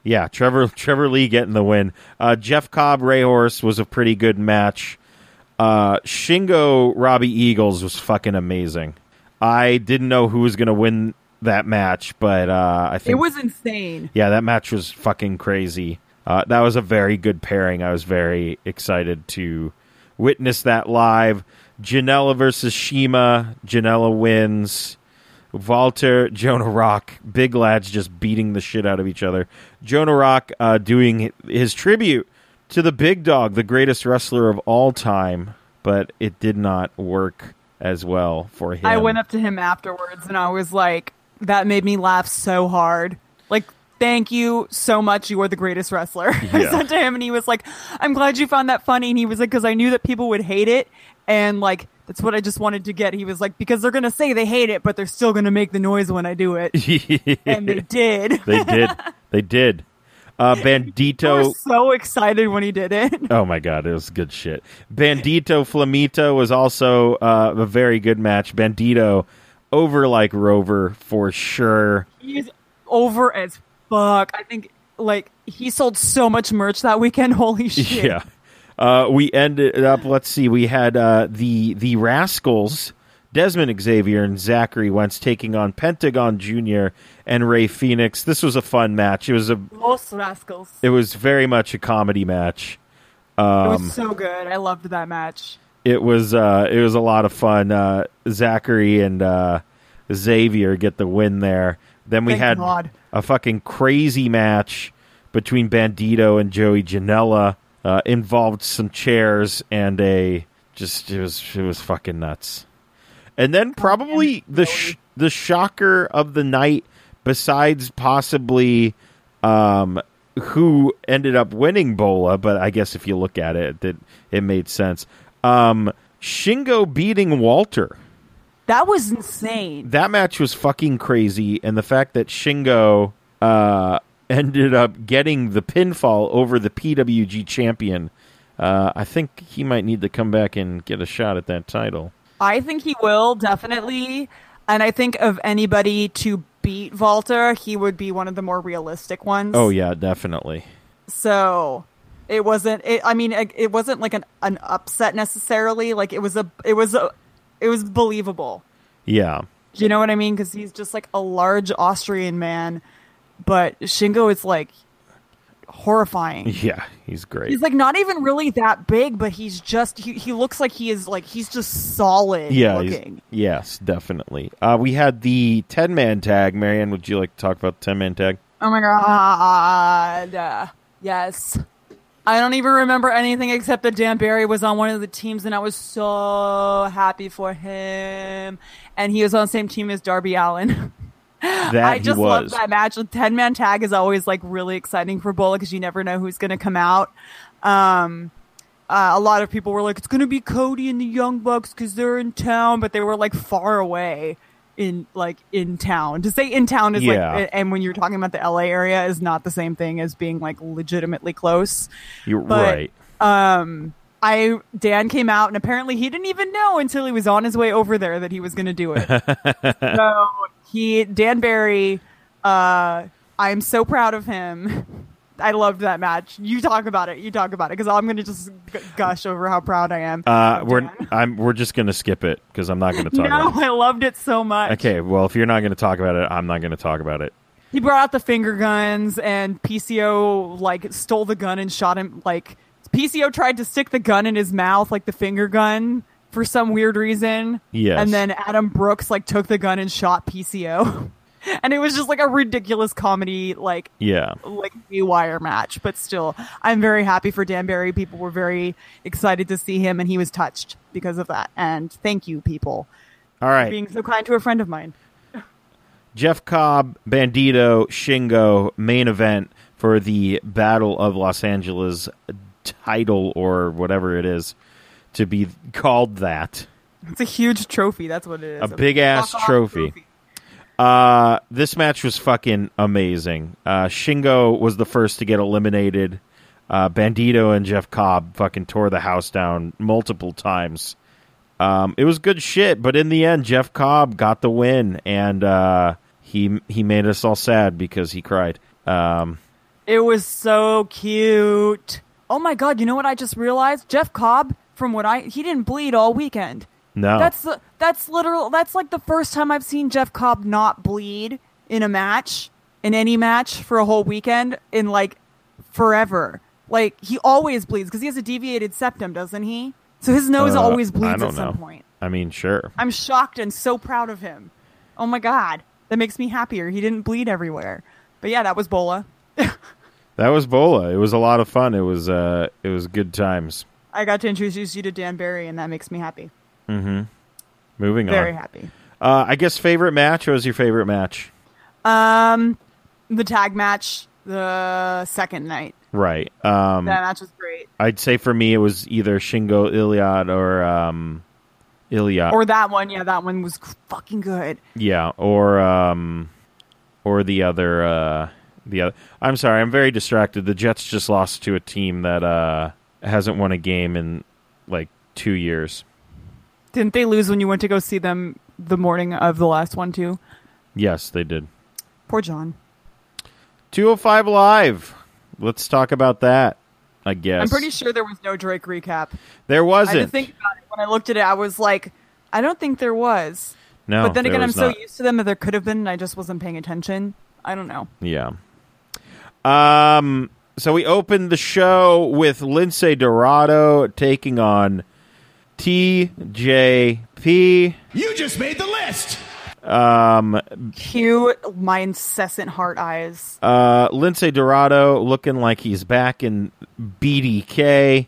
[SPEAKER 3] Yeah, Trevor Trevor Lee getting the win. Uh, Jeff Cobb Rayhorse was a pretty good match. Uh, Shingo Robbie Eagles was fucking amazing. I didn't know who was gonna win that match, but uh, I think
[SPEAKER 4] It was insane.
[SPEAKER 3] yeah, that match was fucking crazy. Uh, that was a very good pairing. I was very excited to witness that live. Janela versus Shima. Janela wins. Walter, Jonah Rock, big lads just beating the shit out of each other. Jonah Rock uh, doing his tribute to the big dog, the greatest wrestler of all time, but it did not work as well for him.
[SPEAKER 4] I went up to him afterwards and I was like, that made me laugh so hard. Like, thank you so much. You are the greatest wrestler. I
[SPEAKER 3] Yeah.
[SPEAKER 4] said to him and he was like, I'm glad you found that funny. And he was like, because I knew that people would hate it. And like, that's what I just wanted to get. He was like, because they're going to say they hate it, but they're still going to make the noise when I do it. and they did.
[SPEAKER 3] they did. They did. Uh, Bandito.
[SPEAKER 4] I was so excited when he did it.
[SPEAKER 3] Oh my god, it was good shit. Bandito Flamita was also uh, a very good match. Bandito over like Rover for sure.
[SPEAKER 4] He's over as fuck. I think like he sold so much merch that weekend. Holy shit.
[SPEAKER 3] Yeah. Uh, we ended up. Let's see. We had uh, the the Rascals, Desmond Xavier and Zachary Wentz taking on Pentagon Junior and Ray Phoenix. This was a fun match. It was a
[SPEAKER 4] Los rascals.
[SPEAKER 3] it was very much a comedy match.
[SPEAKER 4] it
[SPEAKER 3] Um,
[SPEAKER 4] was so good. I loved that match.
[SPEAKER 3] it was uh, it was a lot of fun. Uh, Zachary and uh, Xavier get the win there. Then we
[SPEAKER 4] Thank
[SPEAKER 3] had
[SPEAKER 4] God.
[SPEAKER 3] a fucking crazy match between Bandito and Joey Janela. Uh, involved some chairs and a just it was it was fucking nuts. And then probably the sh- the shocker of the night, besides possibly um, who ended up winning Bola, but I guess if you look at it, that it made sense. Um, Shingo beating Walter.
[SPEAKER 4] That was insane.
[SPEAKER 3] That match was fucking crazy, and the fact that Shingo uh, ended up getting the pinfall over the PWG champion, uh, I think he might need to come back and get a shot at that title.
[SPEAKER 4] I think he will definitely, and I think of anybody to beat Volta, he would be one of the more realistic ones.
[SPEAKER 3] Oh yeah, definitely.
[SPEAKER 4] So it wasn't. It, I mean, it, it wasn't like an an upset necessarily. Like it was a. It was a. It was believable.
[SPEAKER 3] Yeah.
[SPEAKER 4] Do you know what I mean? Because he's just like a large Austrian man, but Shingo is like horrifying.
[SPEAKER 3] Yeah, he's great.
[SPEAKER 4] He's like not even really that big, but he's just he, he looks like he is like he's just solid
[SPEAKER 3] yeah, he's-
[SPEAKER 4] looking.
[SPEAKER 3] yes, definitely. Uh, we had the ten man tag. Marianne, would you like to talk about the ten man tag?
[SPEAKER 4] Oh my god. Uh, yes. I don't even remember anything except that Dan Barry was on one of the teams and I was so happy for him. And he was on the same team as Darby Allen.
[SPEAKER 3] That
[SPEAKER 4] I just
[SPEAKER 3] he
[SPEAKER 4] love
[SPEAKER 3] was.
[SPEAKER 4] that match. The 10 man tag is always like really exciting for Bola because you never know who's going to come out. Um, uh, a lot of people were like, it's going to be Cody and the Young Bucks because they're in town, but they were like far away in like in town. To say in town is
[SPEAKER 3] Yeah.
[SPEAKER 4] like, a- and when you're talking about the LA area, is not the same thing as being like legitimately close.
[SPEAKER 3] You're
[SPEAKER 4] but-
[SPEAKER 3] right.
[SPEAKER 4] I Dan came out and apparently he didn't even know until he was on his way over there that he was going to do it. so he Dan Barry, uh, I'm so proud of him. I loved that match. You talk about it. You talk about it because I'm going to just g- gush over how proud I am.
[SPEAKER 3] Uh,
[SPEAKER 4] of
[SPEAKER 3] we're
[SPEAKER 4] Dan.
[SPEAKER 3] I'm we're just gonna skip it because I'm not gonna talk
[SPEAKER 4] no,
[SPEAKER 3] about it.
[SPEAKER 4] I loved it so much.
[SPEAKER 3] Okay, well if you're not gonna talk about it, I'm not gonna talk about it.
[SPEAKER 4] He brought out the finger guns and PCO like stole the gun and shot him like PCO tried to stick the gun in his mouth, like the finger gun, for some weird reason.
[SPEAKER 3] Yes.
[SPEAKER 4] And then Adam Brooks like took the gun and shot PCO, and it was just like a ridiculous comedy, like
[SPEAKER 3] Yeah.
[SPEAKER 4] like the wire match. But still, I'm very happy for Danbury. People were very excited to see him, and he was touched because of that. And thank you, people,
[SPEAKER 3] All right.
[SPEAKER 4] being so kind to a friend of mine.
[SPEAKER 3] Jeff Cobb, Bandito, Shingo main event for the Battle of Los Angeles title or whatever it is to be called that.
[SPEAKER 4] It's a huge trophy. That's what it is.
[SPEAKER 3] A big-ass
[SPEAKER 4] fuck-off
[SPEAKER 3] trophy. Uh, this match was fucking amazing. Uh, Shingo was the first to get eliminated. Uh, Bandito and Jeff Cobb fucking tore the house down multiple times. Um, it was good shit, but in the end, Jeff Cobb got the win, and uh, he he made us all sad because he cried. Um,
[SPEAKER 4] It was so cute. Oh my god! You know what I just realized? Jeff Cobb, from what I he didn't bleed all weekend.
[SPEAKER 3] no,
[SPEAKER 4] That's the- that's literal. That's like the first time I've seen Jeff Cobb not bleed in a match, in any match for a whole weekend in like forever. Like he always bleeds because he has a deviated septum, doesn't he? So his nose
[SPEAKER 3] Uh,
[SPEAKER 4] always
[SPEAKER 3] I
[SPEAKER 4] bleeds
[SPEAKER 3] don't
[SPEAKER 4] at some
[SPEAKER 3] know.
[SPEAKER 4] point.
[SPEAKER 3] I mean, sure.
[SPEAKER 4] I'm shocked and so proud of him. Oh my god, that makes me happier. He didn't bleed everywhere. But yeah, that was Bola.
[SPEAKER 3] That was Bola. It was a lot of fun. It was uh, it was good times.
[SPEAKER 4] I got to introduce you to Dan Barry, and that makes me happy.
[SPEAKER 3] Moving
[SPEAKER 4] Very
[SPEAKER 3] on.
[SPEAKER 4] happy.
[SPEAKER 3] Uh, I guess favorite match. What was your favorite match?
[SPEAKER 4] Um, the tag match, the second night.
[SPEAKER 3] Right. Um,
[SPEAKER 4] That match was great.
[SPEAKER 3] I'd say for me it was either Shingo Iliad or um, Iliad.
[SPEAKER 4] Or that one, yeah, that one was c- fucking good.
[SPEAKER 3] yeah, or um, or the other uh, the other. I'm sorry, I'm very distracted. The Jets just lost to a team that uh, hasn't won a game in like two years.
[SPEAKER 4] Didn't they lose when you went to go see them the morning of the last one too?
[SPEAKER 3] Yes, they did.
[SPEAKER 4] Poor John.
[SPEAKER 3] 205 live. Let's talk about that. I guess
[SPEAKER 4] I'm pretty sure there was no Drake recap.
[SPEAKER 3] there
[SPEAKER 4] I
[SPEAKER 3] wasn't.
[SPEAKER 4] did think about it when I looked at it. I was like, I don't think there was.
[SPEAKER 3] no,
[SPEAKER 4] but then
[SPEAKER 3] there
[SPEAKER 4] again, I'm
[SPEAKER 3] was not.
[SPEAKER 4] so used to them that there could have been, and I just wasn't paying attention. I don't know.
[SPEAKER 3] Yeah. Um. So we opened the show with Lindsay Dorado taking on TJP.
[SPEAKER 2] You just made the list!
[SPEAKER 4] Cue my incessant heart eyes.
[SPEAKER 3] Uh, Lindsay Dorado looking like he's back in BDK.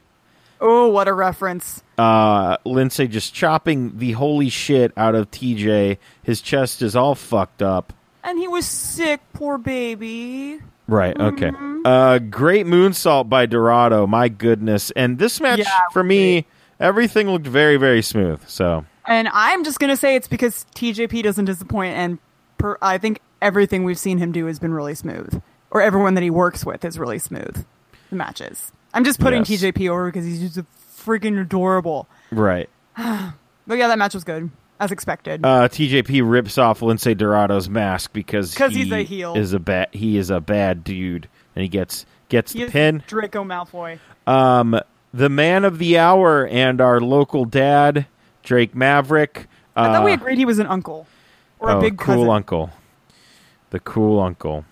[SPEAKER 4] Oh, what a reference.
[SPEAKER 3] Uh, Lindsay just chopping the holy shit out of TJ. His chest is all fucked up.
[SPEAKER 4] And he was sick, poor baby.
[SPEAKER 3] Right. Okay. Uh, great moonsault by Dorado. My goodness. And this match
[SPEAKER 4] Yeah,
[SPEAKER 3] for me, everything looked very, very smooth. So
[SPEAKER 4] And I'm just going to say it's because TJP doesn't disappoint. And per, I think everything we've seen him do has been really smooth, or everyone that he works with is really smooth. The matches. I'm just putting
[SPEAKER 3] Yes.
[SPEAKER 4] TJP over because he's just freaking adorable.
[SPEAKER 3] right.
[SPEAKER 4] But yeah, that match was good, as expected.
[SPEAKER 3] uh, TJP rips off Lindsay Dorado's mask because
[SPEAKER 4] 'Cause
[SPEAKER 3] he
[SPEAKER 4] he's a heel.
[SPEAKER 3] Is a bad he is a bad dude, and he gets gets
[SPEAKER 4] he
[SPEAKER 3] the
[SPEAKER 4] is
[SPEAKER 3] pin.
[SPEAKER 4] Draco Malfoy.
[SPEAKER 3] Um, the man of the hour and our local dad, Drake Maverick. Uh,
[SPEAKER 4] I thought we agreed he was an uncle or
[SPEAKER 3] oh,
[SPEAKER 4] a big
[SPEAKER 3] cool
[SPEAKER 4] cousin.
[SPEAKER 3] uncle, the cool uncle.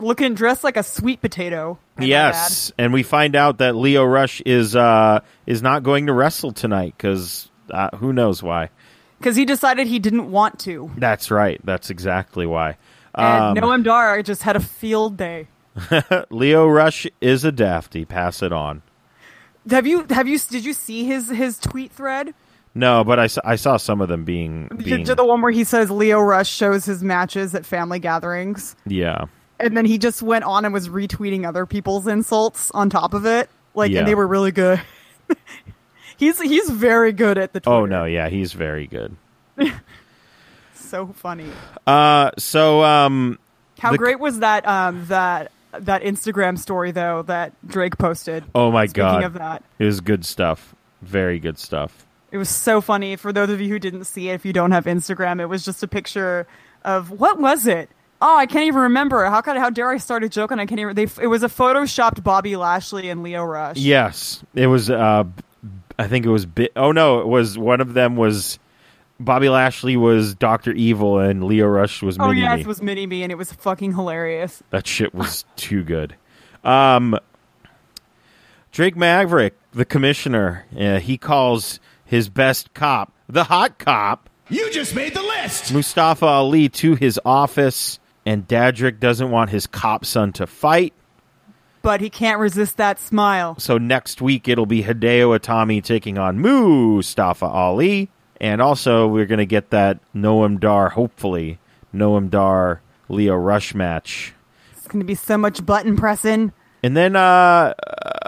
[SPEAKER 4] Looking dressed like a sweet potato. I might
[SPEAKER 3] yes, and we find out that Leo Rush is uh is not going to wrestle tonight because uh, who knows why.
[SPEAKER 4] Because he decided he didn't want to.
[SPEAKER 3] That's right. That's exactly why.
[SPEAKER 4] And
[SPEAKER 3] Um,
[SPEAKER 4] Noam Dar just had a field day.
[SPEAKER 3] Leo Rush is a dafty. Pass it on.
[SPEAKER 4] Have you have you did you see his his tweet thread?
[SPEAKER 3] No, but I saw, I saw some of them being, being
[SPEAKER 4] To the one where he says Leo Rush shows his matches at family gatherings,
[SPEAKER 3] yeah.
[SPEAKER 4] and then he just went on and was retweeting other people's insults on top of it. Like,
[SPEAKER 3] Yeah.
[SPEAKER 4] and they were really good. he's he's very good at the. Twitter.
[SPEAKER 3] Oh no, yeah, he's very good.
[SPEAKER 4] so funny.
[SPEAKER 3] Uh, so um,
[SPEAKER 4] How
[SPEAKER 3] The-
[SPEAKER 4] great was that um that that Instagram story though that Drake posted?
[SPEAKER 3] oh my
[SPEAKER 4] Speaking
[SPEAKER 3] god,
[SPEAKER 4] of that.
[SPEAKER 3] it was good stuff. Very good stuff.
[SPEAKER 4] It was so funny. For those of you who didn't see it, if you don't have Instagram, it was just a picture of what was it? Oh, I can't even remember. How could how dare I start a joke and I can't even? They, it was a photoshopped Bobby Lashley and Leo Rush.
[SPEAKER 3] Yes, it was. Uh, b- I think it was. Bi- oh no, it was one of them was Bobby Lashley was Doctor Evil and Leo Rush was.
[SPEAKER 4] Oh
[SPEAKER 3] Mini
[SPEAKER 4] yes,
[SPEAKER 3] Me.
[SPEAKER 4] it was Mini Me, and it was fucking hilarious.
[SPEAKER 3] That shit was too good. Um, Drake Maverick, the commissioner, uh, he calls his best cop the hot cop.
[SPEAKER 5] You just made the list.
[SPEAKER 3] Mustafa Ali to his office, and Dadrick doesn't want his cop son to fight.
[SPEAKER 4] but he can't resist that smile.
[SPEAKER 3] So next week it'll be Hideo Itami taking on Mustafa Ali, and also we're going to get that Noam Dar, hopefully Noam Dar Leo Rush match.
[SPEAKER 4] It's going to be so much button pressing.
[SPEAKER 3] And then uh,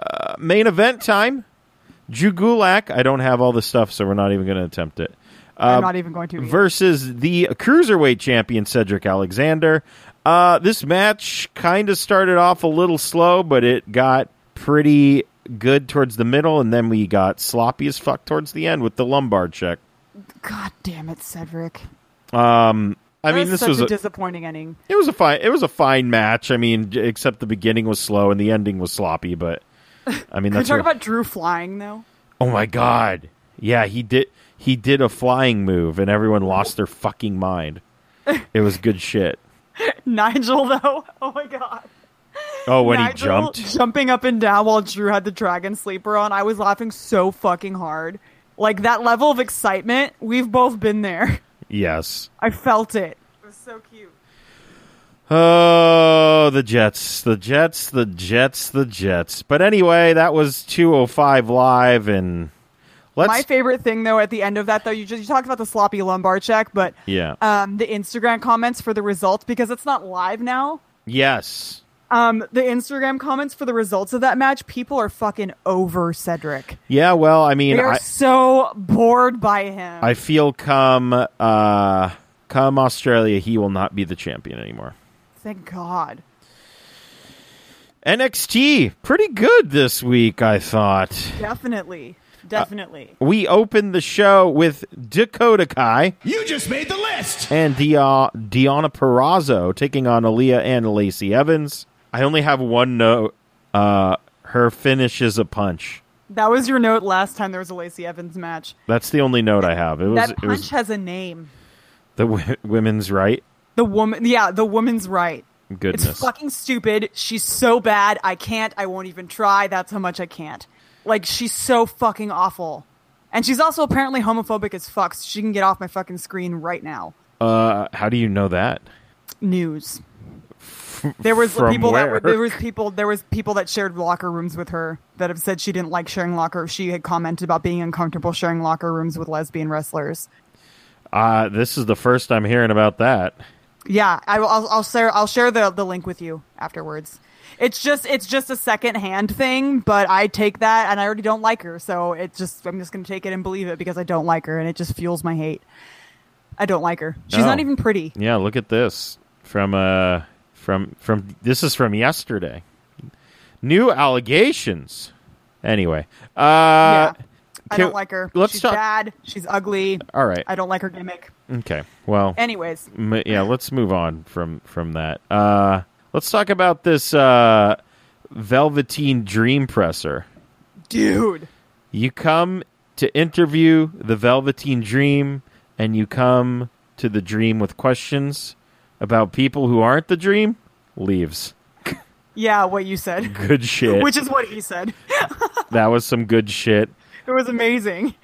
[SPEAKER 3] uh, main event time. Drew Gulak. I don't have all the stuff, so we're not even going to attempt it.
[SPEAKER 4] I'm
[SPEAKER 3] Um,
[SPEAKER 4] not even going to. either.
[SPEAKER 3] Versus the cruiserweight champion Cedric Alexander. Uh, this match kind of started off a little slow, but it got pretty good towards the middle, and then we got sloppy as fuck towards the end with the lumbar check.
[SPEAKER 4] God damn it, Cedric.
[SPEAKER 3] I mean,
[SPEAKER 4] That's
[SPEAKER 3] this
[SPEAKER 4] such
[SPEAKER 3] was
[SPEAKER 4] a,
[SPEAKER 3] a,
[SPEAKER 4] disappointing ending.
[SPEAKER 3] it was a fine it was a fine match. I mean, j- except the beginning was slow and the ending was sloppy, but I mean,
[SPEAKER 4] Can we
[SPEAKER 3] that's
[SPEAKER 4] talk
[SPEAKER 3] what-
[SPEAKER 4] about Drew flying though?
[SPEAKER 3] Oh my god. Yeah, he did he did a flying move and everyone lost their fucking mind. It was good shit.
[SPEAKER 4] Nigel though. Oh my god.
[SPEAKER 3] Oh, when he
[SPEAKER 4] Nigel
[SPEAKER 3] jumped.
[SPEAKER 4] jumping up and down while Drew had the dragon sleeper on. I was laughing so fucking hard. Like that level of excitement, we've both been there.
[SPEAKER 3] Yes.
[SPEAKER 4] I felt it. It was so cute.
[SPEAKER 3] Oh, the Jets, the Jets, the Jets, the Jets. But anyway, that was 205 live and let's
[SPEAKER 4] My favorite thing though at the end of that though, you just you talked about the sloppy lumbar check, but
[SPEAKER 3] Yeah.
[SPEAKER 4] um, the Instagram comments for the results because it's not live now.
[SPEAKER 3] yes.
[SPEAKER 4] Um, the Instagram comments for the results of that match, people are fucking over Cedric.
[SPEAKER 3] Yeah, well, I mean,
[SPEAKER 4] They are
[SPEAKER 3] I,
[SPEAKER 4] so bored by him.
[SPEAKER 3] I feel come uh come Australia, he will not be the champion anymore.
[SPEAKER 4] Thank God.
[SPEAKER 3] NXT, pretty good this week, I thought.
[SPEAKER 4] Definitely.
[SPEAKER 3] Uh,
[SPEAKER 4] Definitely.
[SPEAKER 3] We opened the show with Dakota Kai
[SPEAKER 5] You just made the list.
[SPEAKER 3] and Dia- Diana Perrazzo taking on Aaliyah and Lacey Evans. I only have one note. Uh, her finish is a punch.
[SPEAKER 4] that was your note last time there was a Lacey Evans match.
[SPEAKER 3] That's the only note I have. It was
[SPEAKER 4] that
[SPEAKER 3] it
[SPEAKER 4] punch
[SPEAKER 3] was
[SPEAKER 4] has a name.
[SPEAKER 3] the w- women's right.
[SPEAKER 4] The woman yeah, the woman's right. It's
[SPEAKER 3] Goodness.
[SPEAKER 4] fucking stupid. She's so bad. I can't. I won't even try. That's how much I can't. Like she's so fucking awful. And she's also apparently homophobic as fuck. So she can get off my fucking screen right now.
[SPEAKER 3] Uh, how do you know that?
[SPEAKER 4] News. There was
[SPEAKER 3] From
[SPEAKER 4] people that
[SPEAKER 3] where?
[SPEAKER 4] were, there was people there was people that shared locker rooms with her that have said she didn't like sharing locker. She had commented about being uncomfortable sharing locker rooms with lesbian wrestlers.
[SPEAKER 3] Uh, this is the first I'm hearing about that.
[SPEAKER 4] Yeah, I, will- I'll, I'll share. I'll share the the link with you afterwards. It's just it's just a second hand thing, but I take that, and I already don't like her, so it just I'm just gonna take it and believe it because I don't like her, and it just fuels my hate. I don't like her. She's
[SPEAKER 3] Oh.
[SPEAKER 4] not even pretty.
[SPEAKER 3] Yeah, look at this from uh from from this is from yesterday. New allegations. Anyway, uh,
[SPEAKER 4] yeah, I
[SPEAKER 3] can-
[SPEAKER 4] don't like her.
[SPEAKER 3] let's
[SPEAKER 4] She's
[SPEAKER 3] talk-
[SPEAKER 4] bad. She's ugly.
[SPEAKER 3] all right.
[SPEAKER 4] I don't like her gimmick.
[SPEAKER 3] Okay. Well,
[SPEAKER 4] Anyways,
[SPEAKER 3] m- yeah, let's move on from from that. Uh, let's talk about this uh, Velveteen Dream Presser.
[SPEAKER 4] dude,
[SPEAKER 3] You come to interview the Velveteen Dream, and you come to the Dream with questions about people who aren't the Dream. Leaves.
[SPEAKER 4] yeah, what you said,
[SPEAKER 3] Good shit.
[SPEAKER 4] which is what he said.
[SPEAKER 3] that was some good shit.
[SPEAKER 4] It was amazing.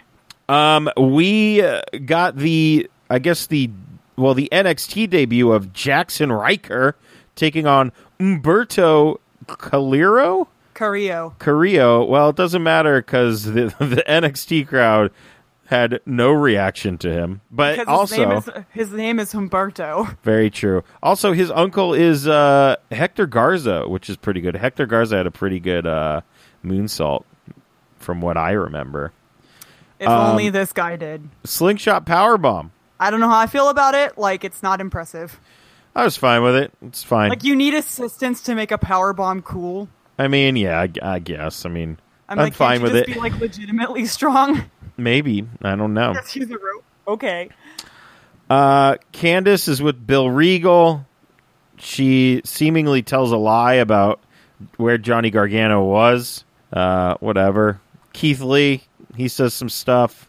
[SPEAKER 3] Um, we uh, got the, I guess the, well, the NXT debut of Jackson Riker taking on Umberto Calero.
[SPEAKER 4] Carrillo.
[SPEAKER 3] Carrillo. Well, it doesn't matter because the, the NXT crowd had no reaction to him. But
[SPEAKER 4] Because his
[SPEAKER 3] also,
[SPEAKER 4] name is his name is Humberto.
[SPEAKER 3] very true. Also, his uncle is uh, Hector Garza, which is pretty good. Hector Garza had a pretty good uh, moonsault, from what I remember.
[SPEAKER 4] If
[SPEAKER 3] Um,
[SPEAKER 4] only this guy did.
[SPEAKER 3] Slingshot powerbomb.
[SPEAKER 4] I don't know how I feel about it. Like it's not impressive.
[SPEAKER 3] I was fine with it. It's fine.
[SPEAKER 4] Like you need assistance to make a power bomb cool.
[SPEAKER 3] I mean, yeah, I, g- I guess. I mean, I'm,
[SPEAKER 4] I'm, like,
[SPEAKER 3] fine
[SPEAKER 4] can't you
[SPEAKER 3] with it.
[SPEAKER 4] just Be like legitimately strong.
[SPEAKER 3] Maybe I don't know.
[SPEAKER 4] Just use a rope. Okay.
[SPEAKER 3] Uh, Candace is with Bill Regal. She seemingly tells a lie about where Johnny Gargano was. Uh, whatever. Keith Lee, he says some stuff,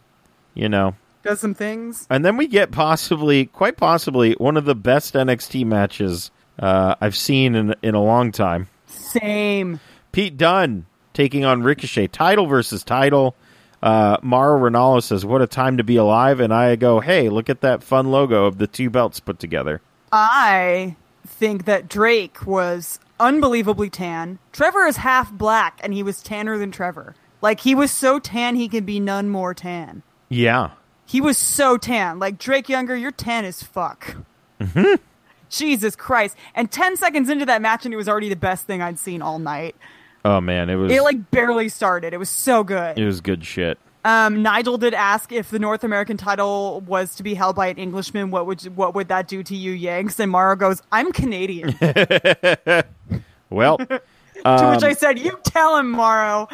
[SPEAKER 3] you know.
[SPEAKER 4] Does some things.
[SPEAKER 3] And then we get possibly, quite possibly, one of the best NXT matches uh, I've seen in in a long time.
[SPEAKER 4] Same.
[SPEAKER 3] Pete Dunne taking on Ricochet, title versus title. Uh, Mara Ronaldo says, "What a time to be alive!" And I go, "Hey, look at that fun logo of the two belts put together."
[SPEAKER 4] I think that Drake was unbelievably tan. Trevor is half black, and he was tanner than Trevor. Like he was so tan, he can be none more tan.
[SPEAKER 3] Yeah,
[SPEAKER 4] He was so tan. Like Drake Younger, you're tan as fuck. Jesus Christ! And ten seconds into that match, and it was already the best thing I'd seen all night.
[SPEAKER 3] Oh man, it was
[SPEAKER 4] It like barely started. It was so good.
[SPEAKER 3] it was good shit.
[SPEAKER 4] Um, Nigel did ask if the North American title was to be held by an Englishman, what would what would that do to you, Yanks? And Mara goes, "I'm Canadian." to
[SPEAKER 3] Well,
[SPEAKER 4] which I said, "You tell him, Morrow."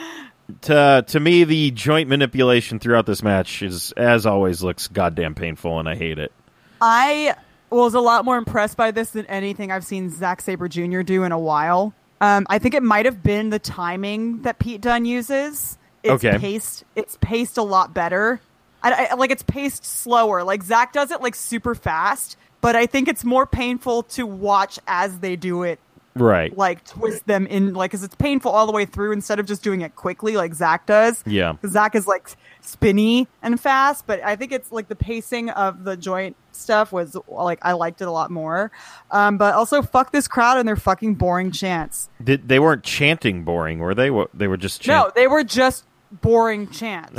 [SPEAKER 3] to to me, the joint manipulation throughout this match is, as always, looks goddamn painful, and I hate it.
[SPEAKER 4] I was a lot more impressed by this than anything I've seen Zack Saber Jr. do in a while. Um, I think it might have been the timing that Pete Dunn uses. It's
[SPEAKER 3] Okay.
[SPEAKER 4] paced. It's paced a lot better. I, I- like it's paced slower. Like Zack does it like super fast, but I think it's more painful to watch as they do it
[SPEAKER 3] Right.
[SPEAKER 4] like twist them in like because it's painful all the way through instead of just doing it quickly like Zach does.
[SPEAKER 3] Yeah.
[SPEAKER 4] Zach is like spinny and fast, but I think it's like the pacing of the joint stuff was like I liked it a lot more. Um, but also fuck this crowd and their fucking boring chants.
[SPEAKER 3] Did, they weren't chanting boring, were they? Wa- They were just chanting.
[SPEAKER 4] No, they were just boring chants.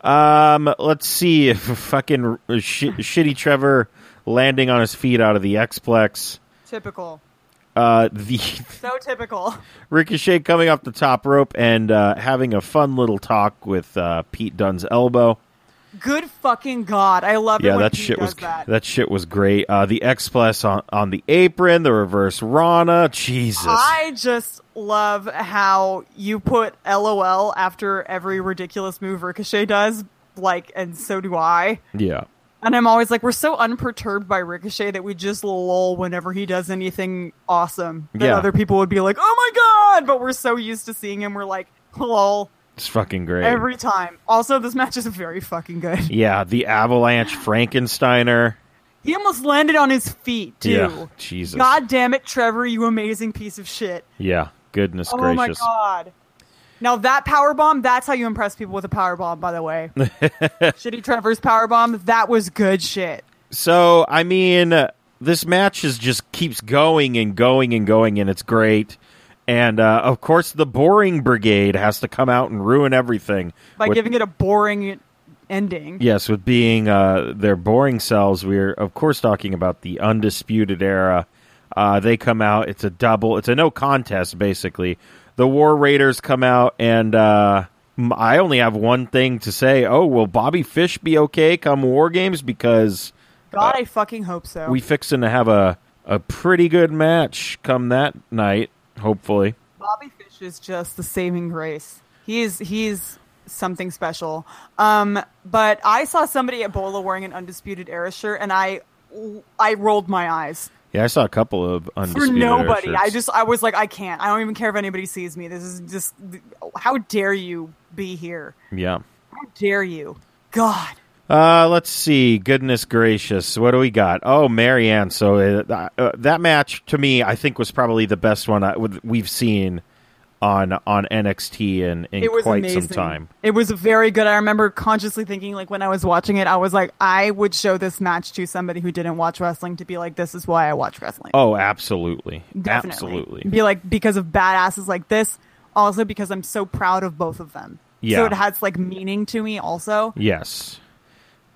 [SPEAKER 3] Um, let's see if fucking sh- shitty Trevor landing on his feet out of the Xplex.
[SPEAKER 4] Typical.
[SPEAKER 3] Uh, the
[SPEAKER 4] So typical.
[SPEAKER 3] Ricochet coming off the top rope and uh, having a fun little talk with uh, Pete Dunn's elbow.
[SPEAKER 4] Good fucking god. I love it
[SPEAKER 3] Yeah,
[SPEAKER 4] when
[SPEAKER 3] that
[SPEAKER 4] Pete
[SPEAKER 3] shit
[SPEAKER 4] does
[SPEAKER 3] was
[SPEAKER 4] that.
[SPEAKER 3] shit was great. Uh, the X Plus on, on the apron, the reverse Rana. Jesus,
[SPEAKER 4] I just love how you put LOL after every ridiculous move Ricochet does, like, and so do I.
[SPEAKER 3] yeah,
[SPEAKER 4] And I'm always like, we're so unperturbed by Ricochet that we just lol whenever he does anything awesome. That
[SPEAKER 3] Yeah.
[SPEAKER 4] other people would be like, oh my god! But we're so used to seeing him, we're like, lol,
[SPEAKER 3] it's fucking great.
[SPEAKER 4] every time. Also, this match is very fucking good.
[SPEAKER 3] yeah, the Avalanche Frankensteiner.
[SPEAKER 4] He almost landed on his feet, too.
[SPEAKER 3] Yeah, Jesus.
[SPEAKER 4] God damn it, Trevor, you amazing piece of shit.
[SPEAKER 3] Yeah, goodness
[SPEAKER 4] Oh my
[SPEAKER 3] gracious.
[SPEAKER 4] god! Now that power bomb, that's how you impress people with a power bomb. By the way, shitty Trevor's power bomb. That was good shit.
[SPEAKER 3] So I mean, uh, this match is just keeps going and going and going, and it's great. And uh, of course, the boring brigade has to come out and ruin everything
[SPEAKER 4] By
[SPEAKER 3] with-
[SPEAKER 4] giving it a boring ending,
[SPEAKER 3] Yes, with being uh, their boring selves, we're of course talking about the undisputed era. Uh, they come out; it's a double, it's a no contest basically. The War Raiders come out, and uh, m- I only have one thing to say: Oh, will Bobby Fish be okay come War Games? Because
[SPEAKER 4] God, I fucking hope so.
[SPEAKER 3] we fixing to have a a pretty good match come that night, hopefully.
[SPEAKER 4] Bobby Fish is just the saving grace. He's he's something special. Um, but I saw somebody at Bola wearing an undisputed era shirt, and I I rolled my eyes.
[SPEAKER 3] Yeah, I saw a couple of
[SPEAKER 4] for
[SPEAKER 3] undisputed Era
[SPEAKER 4] nobody. I
[SPEAKER 3] shirts.
[SPEAKER 4] just I was like, I can't. I don't even care if anybody sees me. This is just how dare you be here?
[SPEAKER 3] yeah.
[SPEAKER 4] How dare you? God.
[SPEAKER 3] Uh, let's see. Goodness gracious, what do we got? Oh, Marianne. So uh, uh, that match to me, I think, was probably the best one I, with- we've seen on on NXT in, in
[SPEAKER 4] It was
[SPEAKER 3] quite
[SPEAKER 4] amazing.
[SPEAKER 3] some time.
[SPEAKER 4] It was very good. I remember consciously thinking like when I was watching it, I was like, I would show this match to somebody who didn't watch wrestling to be like, this is why I watch wrestling.
[SPEAKER 3] Oh, absolutely,
[SPEAKER 4] Definitely.
[SPEAKER 3] absolutely.
[SPEAKER 4] Be like because of badasses like this, also because I'm so proud of both of them.
[SPEAKER 3] Yeah.
[SPEAKER 4] So it has like meaning to me also.
[SPEAKER 3] Yes,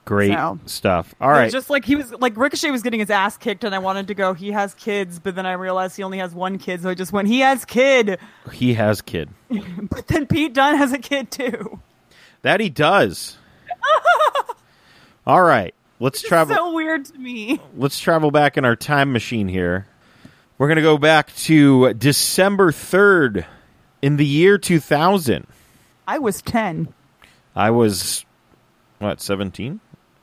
[SPEAKER 3] great
[SPEAKER 4] So-
[SPEAKER 3] stuff. All
[SPEAKER 4] It
[SPEAKER 3] right,
[SPEAKER 4] was Just like he was like Ricochet was getting his ass kicked, and I wanted to go. He has kids, but then I realized he only has one kid, so I just went. He has kid,
[SPEAKER 3] he has kid.
[SPEAKER 4] but then Pete Dunne has a kid too.
[SPEAKER 3] That he does. All right, let's travel.
[SPEAKER 4] So weird to me.
[SPEAKER 3] let's travel back in our time machine here. We're going to go back to December 3rd in the year 2000.
[SPEAKER 4] I was ten.
[SPEAKER 3] I was, what, 17?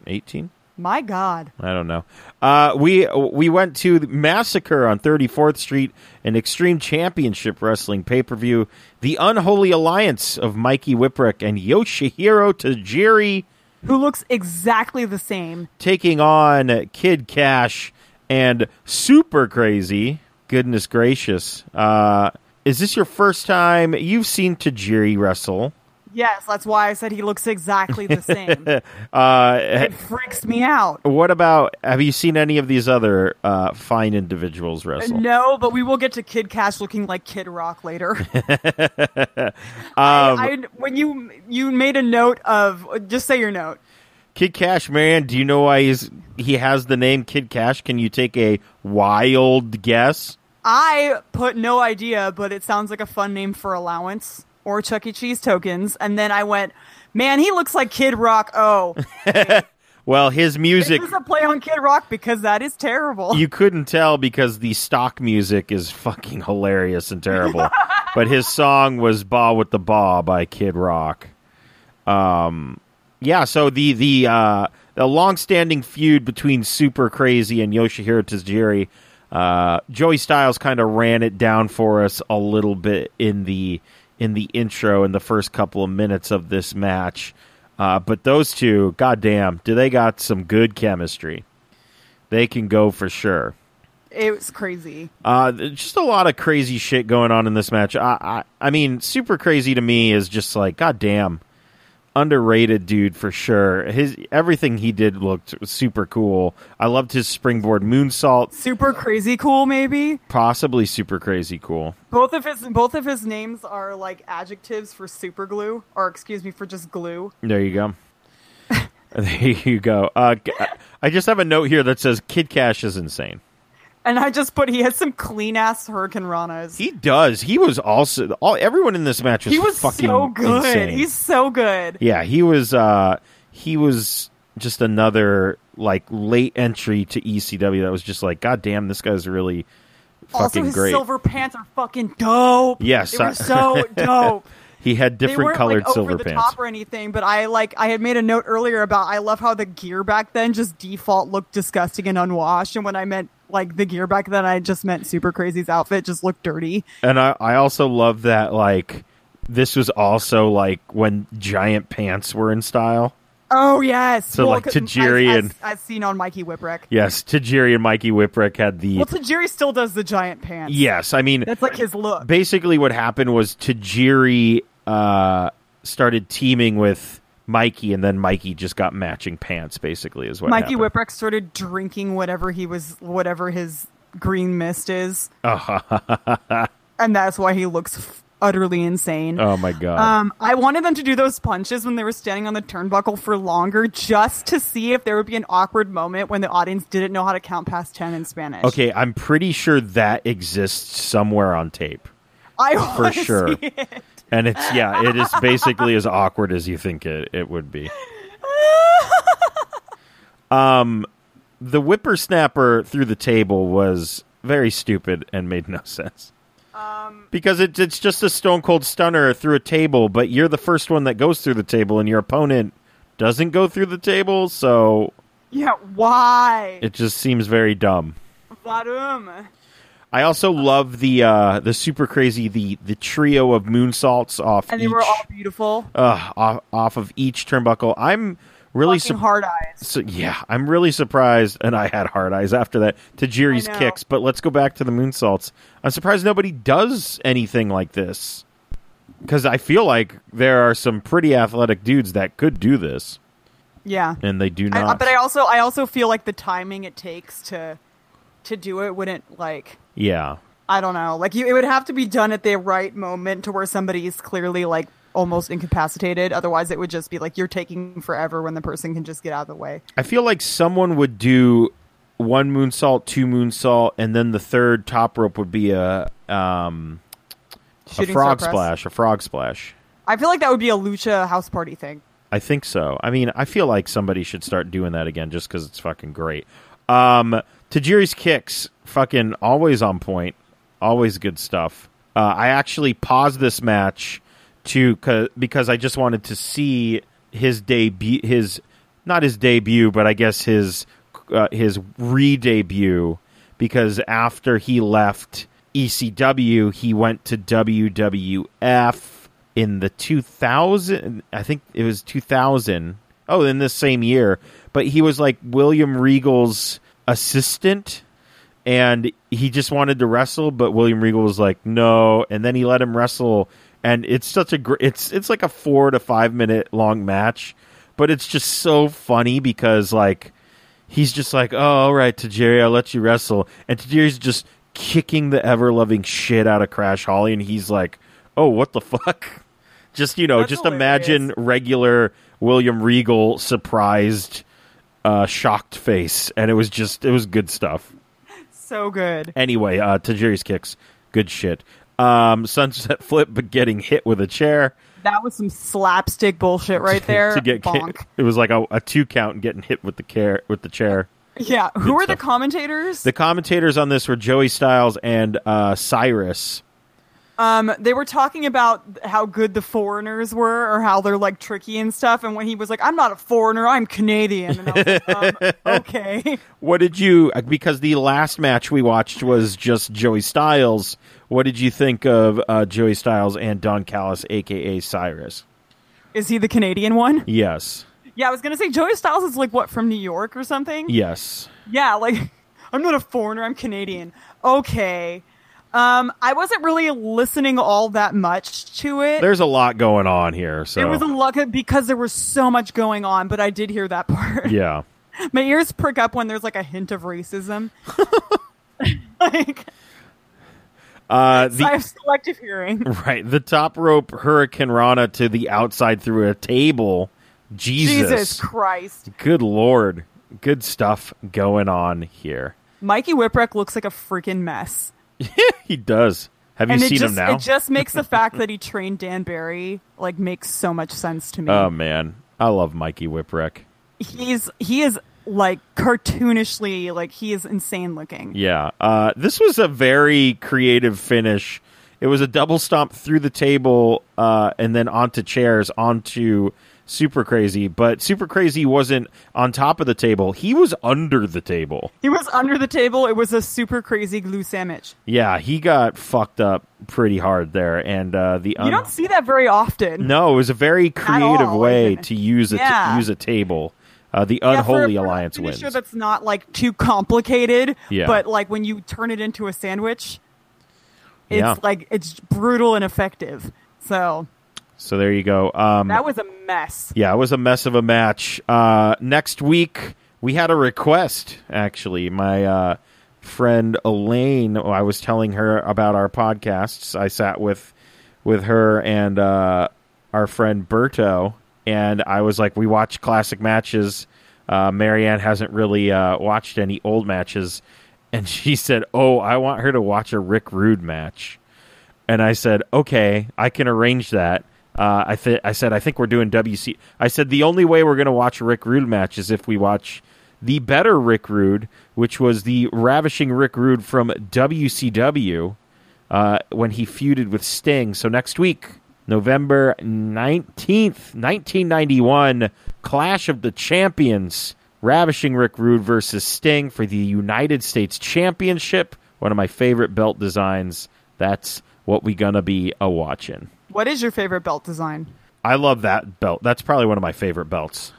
[SPEAKER 3] 18?
[SPEAKER 4] My God,
[SPEAKER 3] I don't know. Uh, we we went to the Massacre on 34th Street, an Extreme Championship Wrestling pay per view. The Unholy Alliance of Mikey Whipwreck and Yoshihiro Tajiri
[SPEAKER 4] who looks exactly the same?
[SPEAKER 3] taking on Kid Cash and Super Crazy. Goodness gracious. Uh, Is this your first time you've seen Tajiri wrestle?
[SPEAKER 4] Yes, that's why I said he looks exactly the same.
[SPEAKER 3] Uh,
[SPEAKER 4] it freaks me out.
[SPEAKER 3] what about have you seen any of these other uh, fine individuals wrestle?
[SPEAKER 4] No, but we will get to Kid Cash looking like Kid Rock later.
[SPEAKER 3] Um,
[SPEAKER 4] I, I, when you you made a note of just say your note.
[SPEAKER 3] Kid Cash, man, do you know why he's he has the name Kid Cash? Can you take a wild guess?
[SPEAKER 4] I put no idea, but it sounds like a fun name for allowance or Chuck E. Cheese tokens. And then I went, man, he looks like Kid Rock. Oh,
[SPEAKER 3] Well, his music
[SPEAKER 4] this is a play on Kid Rock because that is terrible.
[SPEAKER 3] you couldn't tell because the stock music is fucking hilarious and terrible. but his song was "Ba with the Ba" by Kid Rock. Um, yeah. So the the uh, the longstanding feud between Super Crazy and Yoshihiro Tajiri, uh, Joey Styles kind of ran it down for us a little bit in the in the intro in the first couple of minutes of this match. Uh, but those two, goddamn, do they got some good chemistry? They can go for sure.
[SPEAKER 4] it was crazy.
[SPEAKER 3] Uh, th- just a lot of crazy shit going on in this match. I, I, I mean, super crazy to me is just like, goddamn, underrated dude for sure. His everything he did looked super cool. I loved his springboard moonsault,
[SPEAKER 4] Super crazy cool, maybe.
[SPEAKER 3] possibly super crazy cool.
[SPEAKER 4] Both of his both of his names are like adjectives for super glue, or excuse me, for just glue.
[SPEAKER 3] There you go. there you go. Uh, g- I just have a note here that says Kid Cash is insane.
[SPEAKER 4] And I just put he has some clean ass hurricane ranas.
[SPEAKER 3] He does. He was also all everyone in this match was
[SPEAKER 4] He was
[SPEAKER 3] fucking
[SPEAKER 4] so good.
[SPEAKER 3] insane.
[SPEAKER 4] He's so good.
[SPEAKER 3] Yeah, he was uh he was just another like late entry to ECW that was just like, God damn, this guy's really
[SPEAKER 4] also,
[SPEAKER 3] fucking
[SPEAKER 4] his
[SPEAKER 3] great.
[SPEAKER 4] silver pants are fucking dope.
[SPEAKER 3] Yes,
[SPEAKER 4] they
[SPEAKER 3] I-
[SPEAKER 4] were so dope.
[SPEAKER 3] he had
[SPEAKER 4] They
[SPEAKER 3] different
[SPEAKER 4] weren't
[SPEAKER 3] colored
[SPEAKER 4] like
[SPEAKER 3] silver
[SPEAKER 4] over the
[SPEAKER 3] pants.
[SPEAKER 4] top or anything, but I like I had made a note earlier about I love how the gear back then just default looked disgusting and unwashed, and when I meant like the gear back then, I just meant Super Crazy's outfit just looked dirty.
[SPEAKER 3] And I, I also love that like this was also like when giant pants were in style.
[SPEAKER 4] Oh yes,
[SPEAKER 3] So, like,
[SPEAKER 4] 'cause
[SPEAKER 3] Tajiri
[SPEAKER 4] as,
[SPEAKER 3] and-
[SPEAKER 4] as, as seen on Mikey Whipwreck.
[SPEAKER 3] Yes, Tajiri and Mikey Whipwreck had the
[SPEAKER 4] Well, Tajiri still does the giant pants.
[SPEAKER 3] Yes, I mean
[SPEAKER 4] that's like his look.
[SPEAKER 3] basically what happened was Tajiri uh, started teaming with Mikey, and then Mikey just got matching pants. Basically, is what
[SPEAKER 4] Mikey
[SPEAKER 3] happened.
[SPEAKER 4] Whipwreck started drinking whatever he was, whatever his green mist is, and that's why he looks f- utterly insane.
[SPEAKER 3] Oh my god!
[SPEAKER 4] Um, I wanted them to do those punches when they were standing on the turnbuckle for longer, just to see if there would be an awkward moment when the audience didn't know how to count past ten in Spanish.
[SPEAKER 3] okay, I'm pretty sure that exists somewhere on tape,
[SPEAKER 4] I
[SPEAKER 3] for
[SPEAKER 4] wanna
[SPEAKER 3] sure.
[SPEAKER 4] see it.
[SPEAKER 3] and it's yeah, it is basically as awkward as you think it it would be. Um, Um, the whippersnapper through the table was very stupid and made no sense. because it's it's just a stone cold stunner through a table, but you're the first one that goes through the table, and your opponent doesn't go through the table, so
[SPEAKER 4] Yeah, why?
[SPEAKER 3] it just seems very dumb.
[SPEAKER 4] Varum.
[SPEAKER 3] I also love the uh, the super crazy the the trio of moonsaults off
[SPEAKER 4] And they
[SPEAKER 3] each
[SPEAKER 4] were all beautiful.
[SPEAKER 3] uh, off, off of each turnbuckle. I'm really
[SPEAKER 4] Fucking
[SPEAKER 3] sup-
[SPEAKER 4] hard eyes.
[SPEAKER 3] so, yeah, I'm really surprised, and I had hard eyes after that to Jiri's
[SPEAKER 4] I know.
[SPEAKER 3] kicks. But let's go back to the moonsaults. I'm surprised nobody does anything like this because I feel like there are some pretty athletic dudes that could do this,
[SPEAKER 4] Yeah.
[SPEAKER 3] and they do not.
[SPEAKER 4] I, uh, but I also I also feel like the timing it takes to to do it wouldn't like
[SPEAKER 3] yeah,
[SPEAKER 4] I don't know like you it would have to be done at the right moment to where somebody is clearly like almost incapacitated otherwise it would just be like you're taking forever when the person can just get out of the way
[SPEAKER 3] I feel like someone would do one moonsault, two moonsault, and then the third top rope would be a um, a
[SPEAKER 4] Shooting
[SPEAKER 3] frog
[SPEAKER 4] star press.
[SPEAKER 3] splash, a frog splash.
[SPEAKER 4] I feel like that would be a lucha house party thing
[SPEAKER 3] I think so. I mean, I feel like somebody should start doing that again just because it's fucking great. Um, Tajiri's kicks, fucking always on point, always good stuff. Uh, I actually paused this match to cause, because I just wanted to see his debut, his not his debut, but I guess his uh, his re debut because after he left ECW, he went to WWF in the 2000 i think it was 2000 oh in this same year but he was like william regal's assistant and he just wanted to wrestle, but William Regal was like, "No," and then he let him wrestle, and it's such a gr- it's it's like a four to five minute long match, but it's just so funny because like he's just like, "Oh, all right, Tajiri, I'll let you wrestle," and Tajiri's just kicking the ever loving shit out of Crash Holly, and he's like, "Oh, what the fuck." Just you know,
[SPEAKER 4] That's
[SPEAKER 3] just
[SPEAKER 4] hilarious.
[SPEAKER 3] imagine regular William Regal surprised, uh, shocked face, and it was just it was good stuff.
[SPEAKER 4] So good.
[SPEAKER 3] Anyway, uh, Tajiri's kicks, good shit. Um, sunset flip, but getting hit with a chair
[SPEAKER 4] That was some slapstick bullshit right there.
[SPEAKER 3] to get
[SPEAKER 4] Er, Bonk.
[SPEAKER 3] ki- it was like a, a two count and getting hit with the care with the chair.
[SPEAKER 4] Yeah. Who are the
[SPEAKER 3] stuff.
[SPEAKER 4] commentators?
[SPEAKER 3] The commentators on this were Joey Styles and uh, Cyrus.
[SPEAKER 4] um, they were talking about how good the foreigners were or how they're like tricky and stuff. And when he was like, I'm not a foreigner, I'm Canadian. And I was like, um, okay.
[SPEAKER 3] What did you? uh, Because the last match we watched was just Joey Styles. What did you think of uh, Joey Styles and Don Callis, aka Cyrus?
[SPEAKER 4] Is he the Canadian one?
[SPEAKER 3] Yes,
[SPEAKER 4] Yeah, I was going to say Joey Styles is like, what, from New York or something?
[SPEAKER 3] yes.
[SPEAKER 4] Yeah, like I'm not a foreigner, I'm Canadian. Okay. Um, I wasn't really listening all that much to it.
[SPEAKER 3] There's a lot going on here. So
[SPEAKER 4] it was a luck because there was so much going on, but I did hear that part.
[SPEAKER 3] yeah.
[SPEAKER 4] My ears prick up when there's like a hint of racism. like
[SPEAKER 3] Uh, the,
[SPEAKER 4] I have selective hearing.
[SPEAKER 3] Right. The top rope Hurricane Rana to the outside through a table. Jesus.
[SPEAKER 4] Jesus. Christ.
[SPEAKER 3] Good lord. Good stuff going on here.
[SPEAKER 4] Mikey Whipwreck looks like a freaking mess.
[SPEAKER 3] He does. Have you
[SPEAKER 4] and it
[SPEAKER 3] seen
[SPEAKER 4] just
[SPEAKER 3] him now?
[SPEAKER 4] it just makes the fact that he trained Dan Barry like makes so much sense to me.
[SPEAKER 3] oh man. I love Mikey Whipwreck.
[SPEAKER 4] he's he is like cartoonishly like he is insane looking.
[SPEAKER 3] Yeah. Uh, this was a very creative finish. It was a double stomp through the table uh, and then onto chairs, onto Super Crazy. But Super Crazy wasn't on top of the table. He was under the table.
[SPEAKER 4] He was under the table. It was a super crazy glue sandwich.
[SPEAKER 3] Yeah, he got fucked up pretty hard there, and uh, the
[SPEAKER 4] You
[SPEAKER 3] un-
[SPEAKER 4] don't see that very often.
[SPEAKER 3] no, it was a very creative
[SPEAKER 4] all,
[SPEAKER 3] way
[SPEAKER 4] isn't it?
[SPEAKER 3] to use a t-
[SPEAKER 4] Yeah.
[SPEAKER 3] use a table. Uh, the
[SPEAKER 4] Yeah, for-
[SPEAKER 3] unholy
[SPEAKER 4] for a
[SPEAKER 3] alliance wins.
[SPEAKER 4] finisher that's not like too complicated.
[SPEAKER 3] Yeah.
[SPEAKER 4] But like when you turn it into a sandwich, it's
[SPEAKER 3] Yeah.
[SPEAKER 4] like it's brutal and effective. So
[SPEAKER 3] so there you go. Um,
[SPEAKER 4] that was a mess.
[SPEAKER 3] yeah, it was a mess of a match. Uh, next week we had a request. Actually, my uh, friend Elaine, oh, I was telling her about our podcasts. I sat with with her and uh, our friend Berto, and I was like, we watch classic matches. Uh, Marianne hasn't really uh, watched any old matches, and she said, "Oh, I want her to watch a Rick Rude match." and I said, "Okay, I can arrange that." Uh, I th- I said, "I think we're doing WC." I said, "The only way we're going to watch a Rick Rude match is if we watch the better Rick Rude, which was the ravishing Rick Rude from WCW uh, when he feuded with Sting." So next week, November nineteenth, nineteen ninety one, Clash of the Champions. Ravishing Rick Rude versus Sting for the United States Championship. One of my favorite belt designs. That's what we gonna be a watching.
[SPEAKER 4] What is your favorite belt design?
[SPEAKER 3] I love that belt. That's probably one of my favorite belts.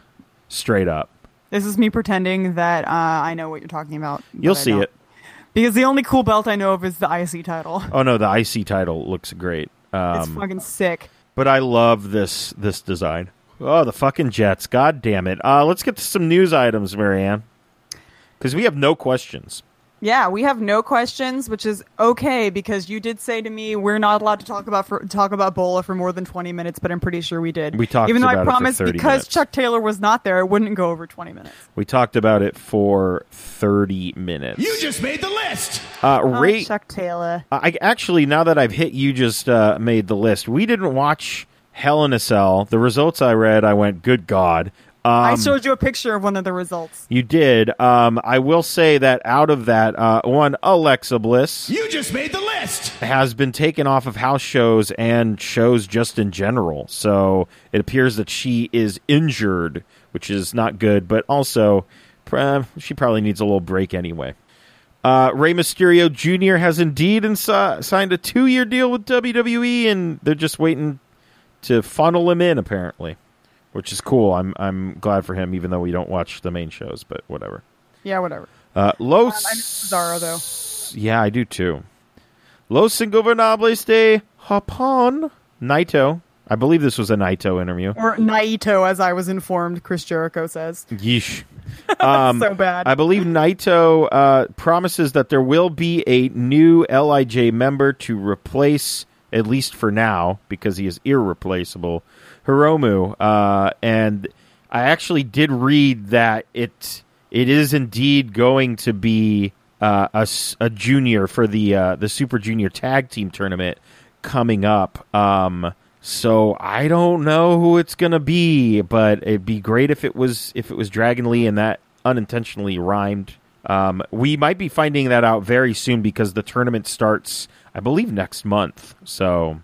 [SPEAKER 3] Straight up,
[SPEAKER 4] This is me pretending that uh, I know what you're talking about. but
[SPEAKER 3] you'll
[SPEAKER 4] I
[SPEAKER 3] see
[SPEAKER 4] don't.
[SPEAKER 3] it.
[SPEAKER 4] Because the only cool belt I know of is the IC title.
[SPEAKER 3] Oh no, the IC title looks great.
[SPEAKER 4] It's
[SPEAKER 3] Um,
[SPEAKER 4] fucking sick.
[SPEAKER 3] but I love this this design. Oh, the fucking Jets! God damn it! Uh, let's get to some news items, Marianne, because we have no questions.
[SPEAKER 4] Yeah, we have no questions, which is okay because you did say to me we're not allowed to talk about for, talk about Bola for more than twenty minutes, but I'm pretty sure we did.
[SPEAKER 3] We talked
[SPEAKER 4] even though
[SPEAKER 3] about it
[SPEAKER 4] I
[SPEAKER 3] for
[SPEAKER 4] promised
[SPEAKER 3] 30
[SPEAKER 4] because
[SPEAKER 3] minutes.
[SPEAKER 4] Chuck Taylor was not there, it wouldn't go over twenty minutes.
[SPEAKER 3] We talked about it for thirty minutes.
[SPEAKER 5] You just made the list.
[SPEAKER 3] uh,
[SPEAKER 4] Oh,
[SPEAKER 3] rate
[SPEAKER 4] Chuck Taylor.
[SPEAKER 3] I actually, now that I've hit you, just uh, made the list. We didn't watch Hell in a Cell. The results I read, I went, "Good God!"
[SPEAKER 4] I
[SPEAKER 3] Um,
[SPEAKER 4] showed you a picture of one of the results.
[SPEAKER 3] you did. Um, I will say that out of that, uh, one Alexa Bliss
[SPEAKER 5] You just made the list.
[SPEAKER 3] has been taken off of house shows and shows just in general. So it appears that she is injured, which is not good. But also, uh, she probably needs a little break anyway. Uh, Rey Mysterio Jr. has indeed insi- signed a two year deal with WWE, and they're just waiting to funnel him in, apparently, which is cool. I'm I'm glad for him, even though we don't watch the main shows, but whatever.
[SPEAKER 4] Yeah, whatever.
[SPEAKER 3] Uh, Los
[SPEAKER 4] I miss Cesaro,
[SPEAKER 3] though. Yeah, I do too. Los Ingobernables de Japón. Naito. I believe this was a Naito interview.
[SPEAKER 4] Or Naito, as I was informed, Chris Jericho says.
[SPEAKER 3] Yeesh.
[SPEAKER 4] so bad.
[SPEAKER 3] Um, I believe Naito uh, promises that there will be a new Lij member to replace, at least for now, because he is irreplaceable. Hiromu, uh, and I actually did read that it it is indeed going to be uh, a, s- a junior for the uh, the Super Junior Tag Team Tournament coming up. Um, so I don't know who it's gonna be, but it'd be great if it was if it was Dragon Lee and that unintentionally rhymed. Um, we might be finding that out very soon because the tournament starts, I believe, next month. So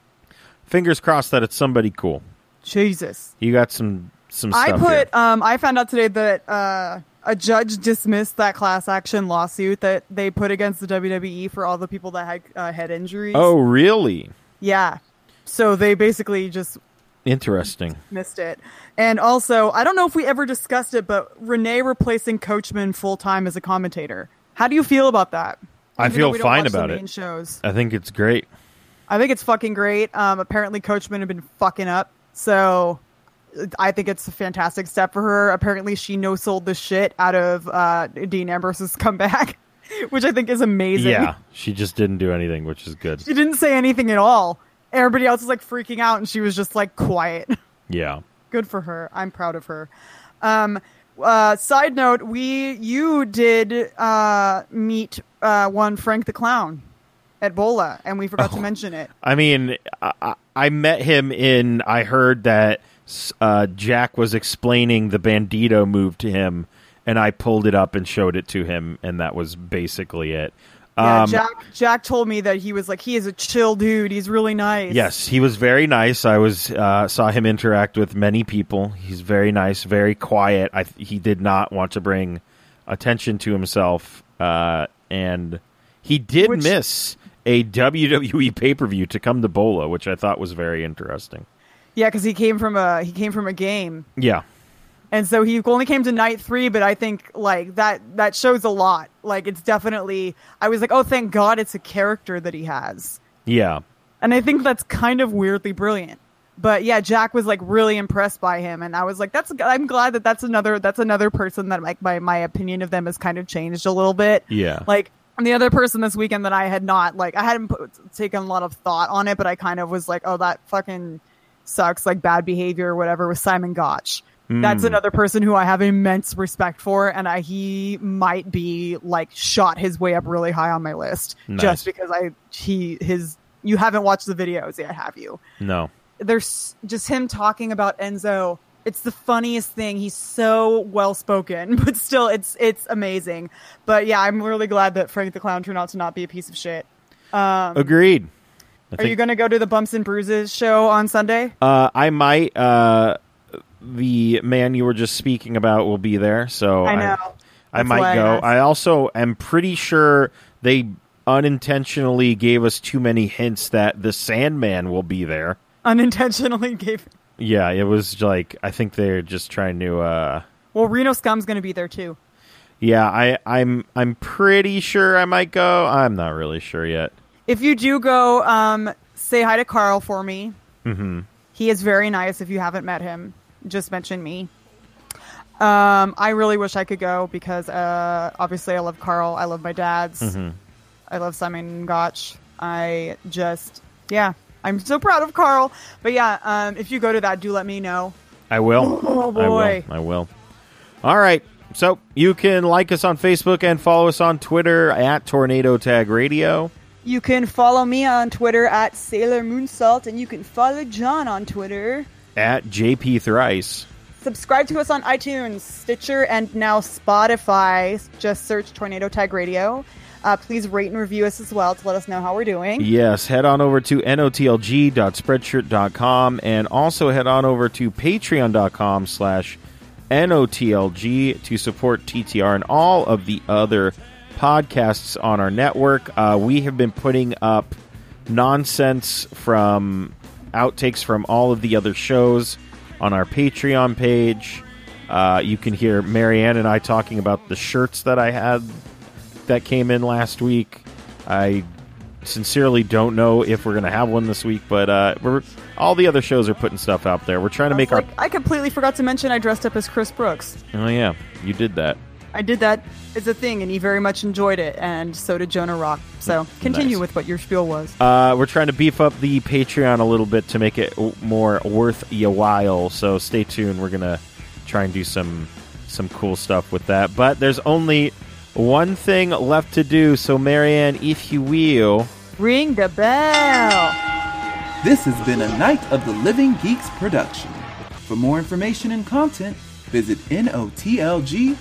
[SPEAKER 3] fingers crossed that it's somebody cool.
[SPEAKER 4] Jesus.
[SPEAKER 3] You got some some.
[SPEAKER 4] I
[SPEAKER 3] Stuff here.
[SPEAKER 4] put. Um, I found out today that uh, a judge dismissed that class action lawsuit that they put against the WWE for all the people that had uh, head injuries.
[SPEAKER 3] Oh, really?
[SPEAKER 4] yeah. So they basically just
[SPEAKER 3] Interesting.
[SPEAKER 4] missed it. And also, I don't know if we ever discussed it, but Renee replacing Coachman full time as a commentator. How do you feel about that?
[SPEAKER 3] I
[SPEAKER 4] Even though
[SPEAKER 3] feel
[SPEAKER 4] we don't
[SPEAKER 3] fine
[SPEAKER 4] watch the
[SPEAKER 3] about
[SPEAKER 4] main
[SPEAKER 3] it.
[SPEAKER 4] Shows.
[SPEAKER 3] I think it's great.
[SPEAKER 4] I think it's fucking great. Um, apparently, Coachman had been fucking up, so uh, I think it's a fantastic step for her. Apparently, she no sold the shit out of uh, Dean Ambrose's comeback, which I think is amazing.
[SPEAKER 3] Yeah, she just didn't do anything, which is good.
[SPEAKER 4] she didn't say anything at all. Everybody else was like freaking out, and she was just like quiet.
[SPEAKER 3] Yeah.
[SPEAKER 4] Good for her. I'm proud of her. Um, uh, side note: We you did uh, meet uh, one Frank the Clown at Bola, and we forgot to mention it.
[SPEAKER 3] I mean, I- I, I met him in. I heard that uh, Jack was explaining the Bandito move to him, and I pulled it up and showed it to him, and that was basically it.
[SPEAKER 4] Yeah,
[SPEAKER 3] Um,
[SPEAKER 4] Jack. Jack told me that he was like he is a chill dude. He's really nice.
[SPEAKER 3] Yes, he was very nice. I was uh, saw him interact with many people. He's very nice, very quiet. I, he did not want to bring attention to himself, uh, and he did
[SPEAKER 4] Which-
[SPEAKER 3] miss a WWE pay per view to come to Bola, which I thought was very interesting.
[SPEAKER 4] Yeah, because he came from a he came from a game,
[SPEAKER 3] Yeah,
[SPEAKER 4] and so he only came to night three. But I think like that that shows a lot. Like it's definitely. I was like, oh, thank God, it's a character that he has,
[SPEAKER 3] yeah,
[SPEAKER 4] and I think that's kind of weirdly brilliant. But yeah, Jack was like really impressed by him, and I was like, that's. I'm glad that that's another that's another person that like my my opinion of them has kind of changed a little bit.
[SPEAKER 3] yeah.
[SPEAKER 4] Like and the other person this weekend that I had not like I hadn't put, taken a lot of thought on it, but I kind of was like, oh, that fucking sucks, like bad behavior or whatever. Was Simon Gotch? That's another person who I have immense respect for, and I, he might be like shot his way up really high on my list
[SPEAKER 3] Nice.
[SPEAKER 4] just because I he his you haven't watched the videos yet, have you?
[SPEAKER 3] no,
[SPEAKER 4] there's just him talking about Enzo. It's the funniest thing. He's so well spoken, but still, it's it's amazing. But yeah, I'm really glad that Frank the Clown turned out to not be a piece of shit.
[SPEAKER 3] agreed. I
[SPEAKER 4] Um, Are you going to go to the Bumps and Bruises show on Sunday?
[SPEAKER 3] Uh, I might. Uh, the man you were just speaking about will be there, so
[SPEAKER 4] I know.
[SPEAKER 3] Oh, I,
[SPEAKER 4] That's why
[SPEAKER 3] might
[SPEAKER 4] I
[SPEAKER 3] go.
[SPEAKER 4] asked.
[SPEAKER 3] I, also am pretty sure they unintentionally gave us too many hints that the Sandman will be there.
[SPEAKER 4] Unintentionally gave.
[SPEAKER 3] Yeah, it was like I think they're just trying to. Uh,
[SPEAKER 4] Well, Reno Scum's going to be there too.
[SPEAKER 3] yeah, I, I'm. I'm pretty sure I might go. I'm not really sure yet.
[SPEAKER 4] If you do go, um, say hi to Carl for me. Mm-hmm. He is very nice. If you haven't met him, just mention me. Um, I really wish I could go because uh, obviously I love Carl. I love my dad's. I love Simon Gotch. I just, yeah, I'm so proud of Carl. But yeah, um, if you go to that, do let me know.
[SPEAKER 3] I will.
[SPEAKER 4] Oh, boy.
[SPEAKER 3] I will. I will. All right. So you can like us on Facebook and follow us on Twitter at Tornado Tag Radio.
[SPEAKER 4] You can follow me on Twitter at Sailor Moonsalt, and you can follow John on Twitter.
[SPEAKER 3] At JP Thrice.
[SPEAKER 4] Subscribe to us on iTunes, Stitcher, and now Spotify. Just search Tornado Tag Radio. Uh, please rate and review us as well to let us know how we're doing.
[SPEAKER 3] Yes, head on over to notlg.spreadshirt.com and also head on over to patreon.com slash notlg to support TTR and all of the other podcasts on our network. Uh, we have been putting up nonsense from outtakes from all of the other shows on our Patreon page. Uh, you can hear Marianne and I talking about the shirts that I had that came in last week. I sincerely don't know if we're going to have one this week, but uh, we're all the other shows are putting stuff out there. We're trying to make our.
[SPEAKER 4] Like, I completely forgot to mention I dressed up as Chris Brooks.
[SPEAKER 3] Oh yeah, you did that.
[SPEAKER 4] I did that as a thing, and he very much enjoyed it, and so did Jonah Rock. So continue
[SPEAKER 3] Nice.
[SPEAKER 4] with what your spiel was.
[SPEAKER 3] Uh, we're trying to beef up the Patreon a little bit to make it w- more worth your while. So stay tuned. We're gonna try and do some some cool stuff with that. But there's only one thing left to do. So Marianne, if you will,
[SPEAKER 4] Ring the bell.
[SPEAKER 1] This has been a Night of the Living Geeks production. For more information and content, visit NOTLG.com.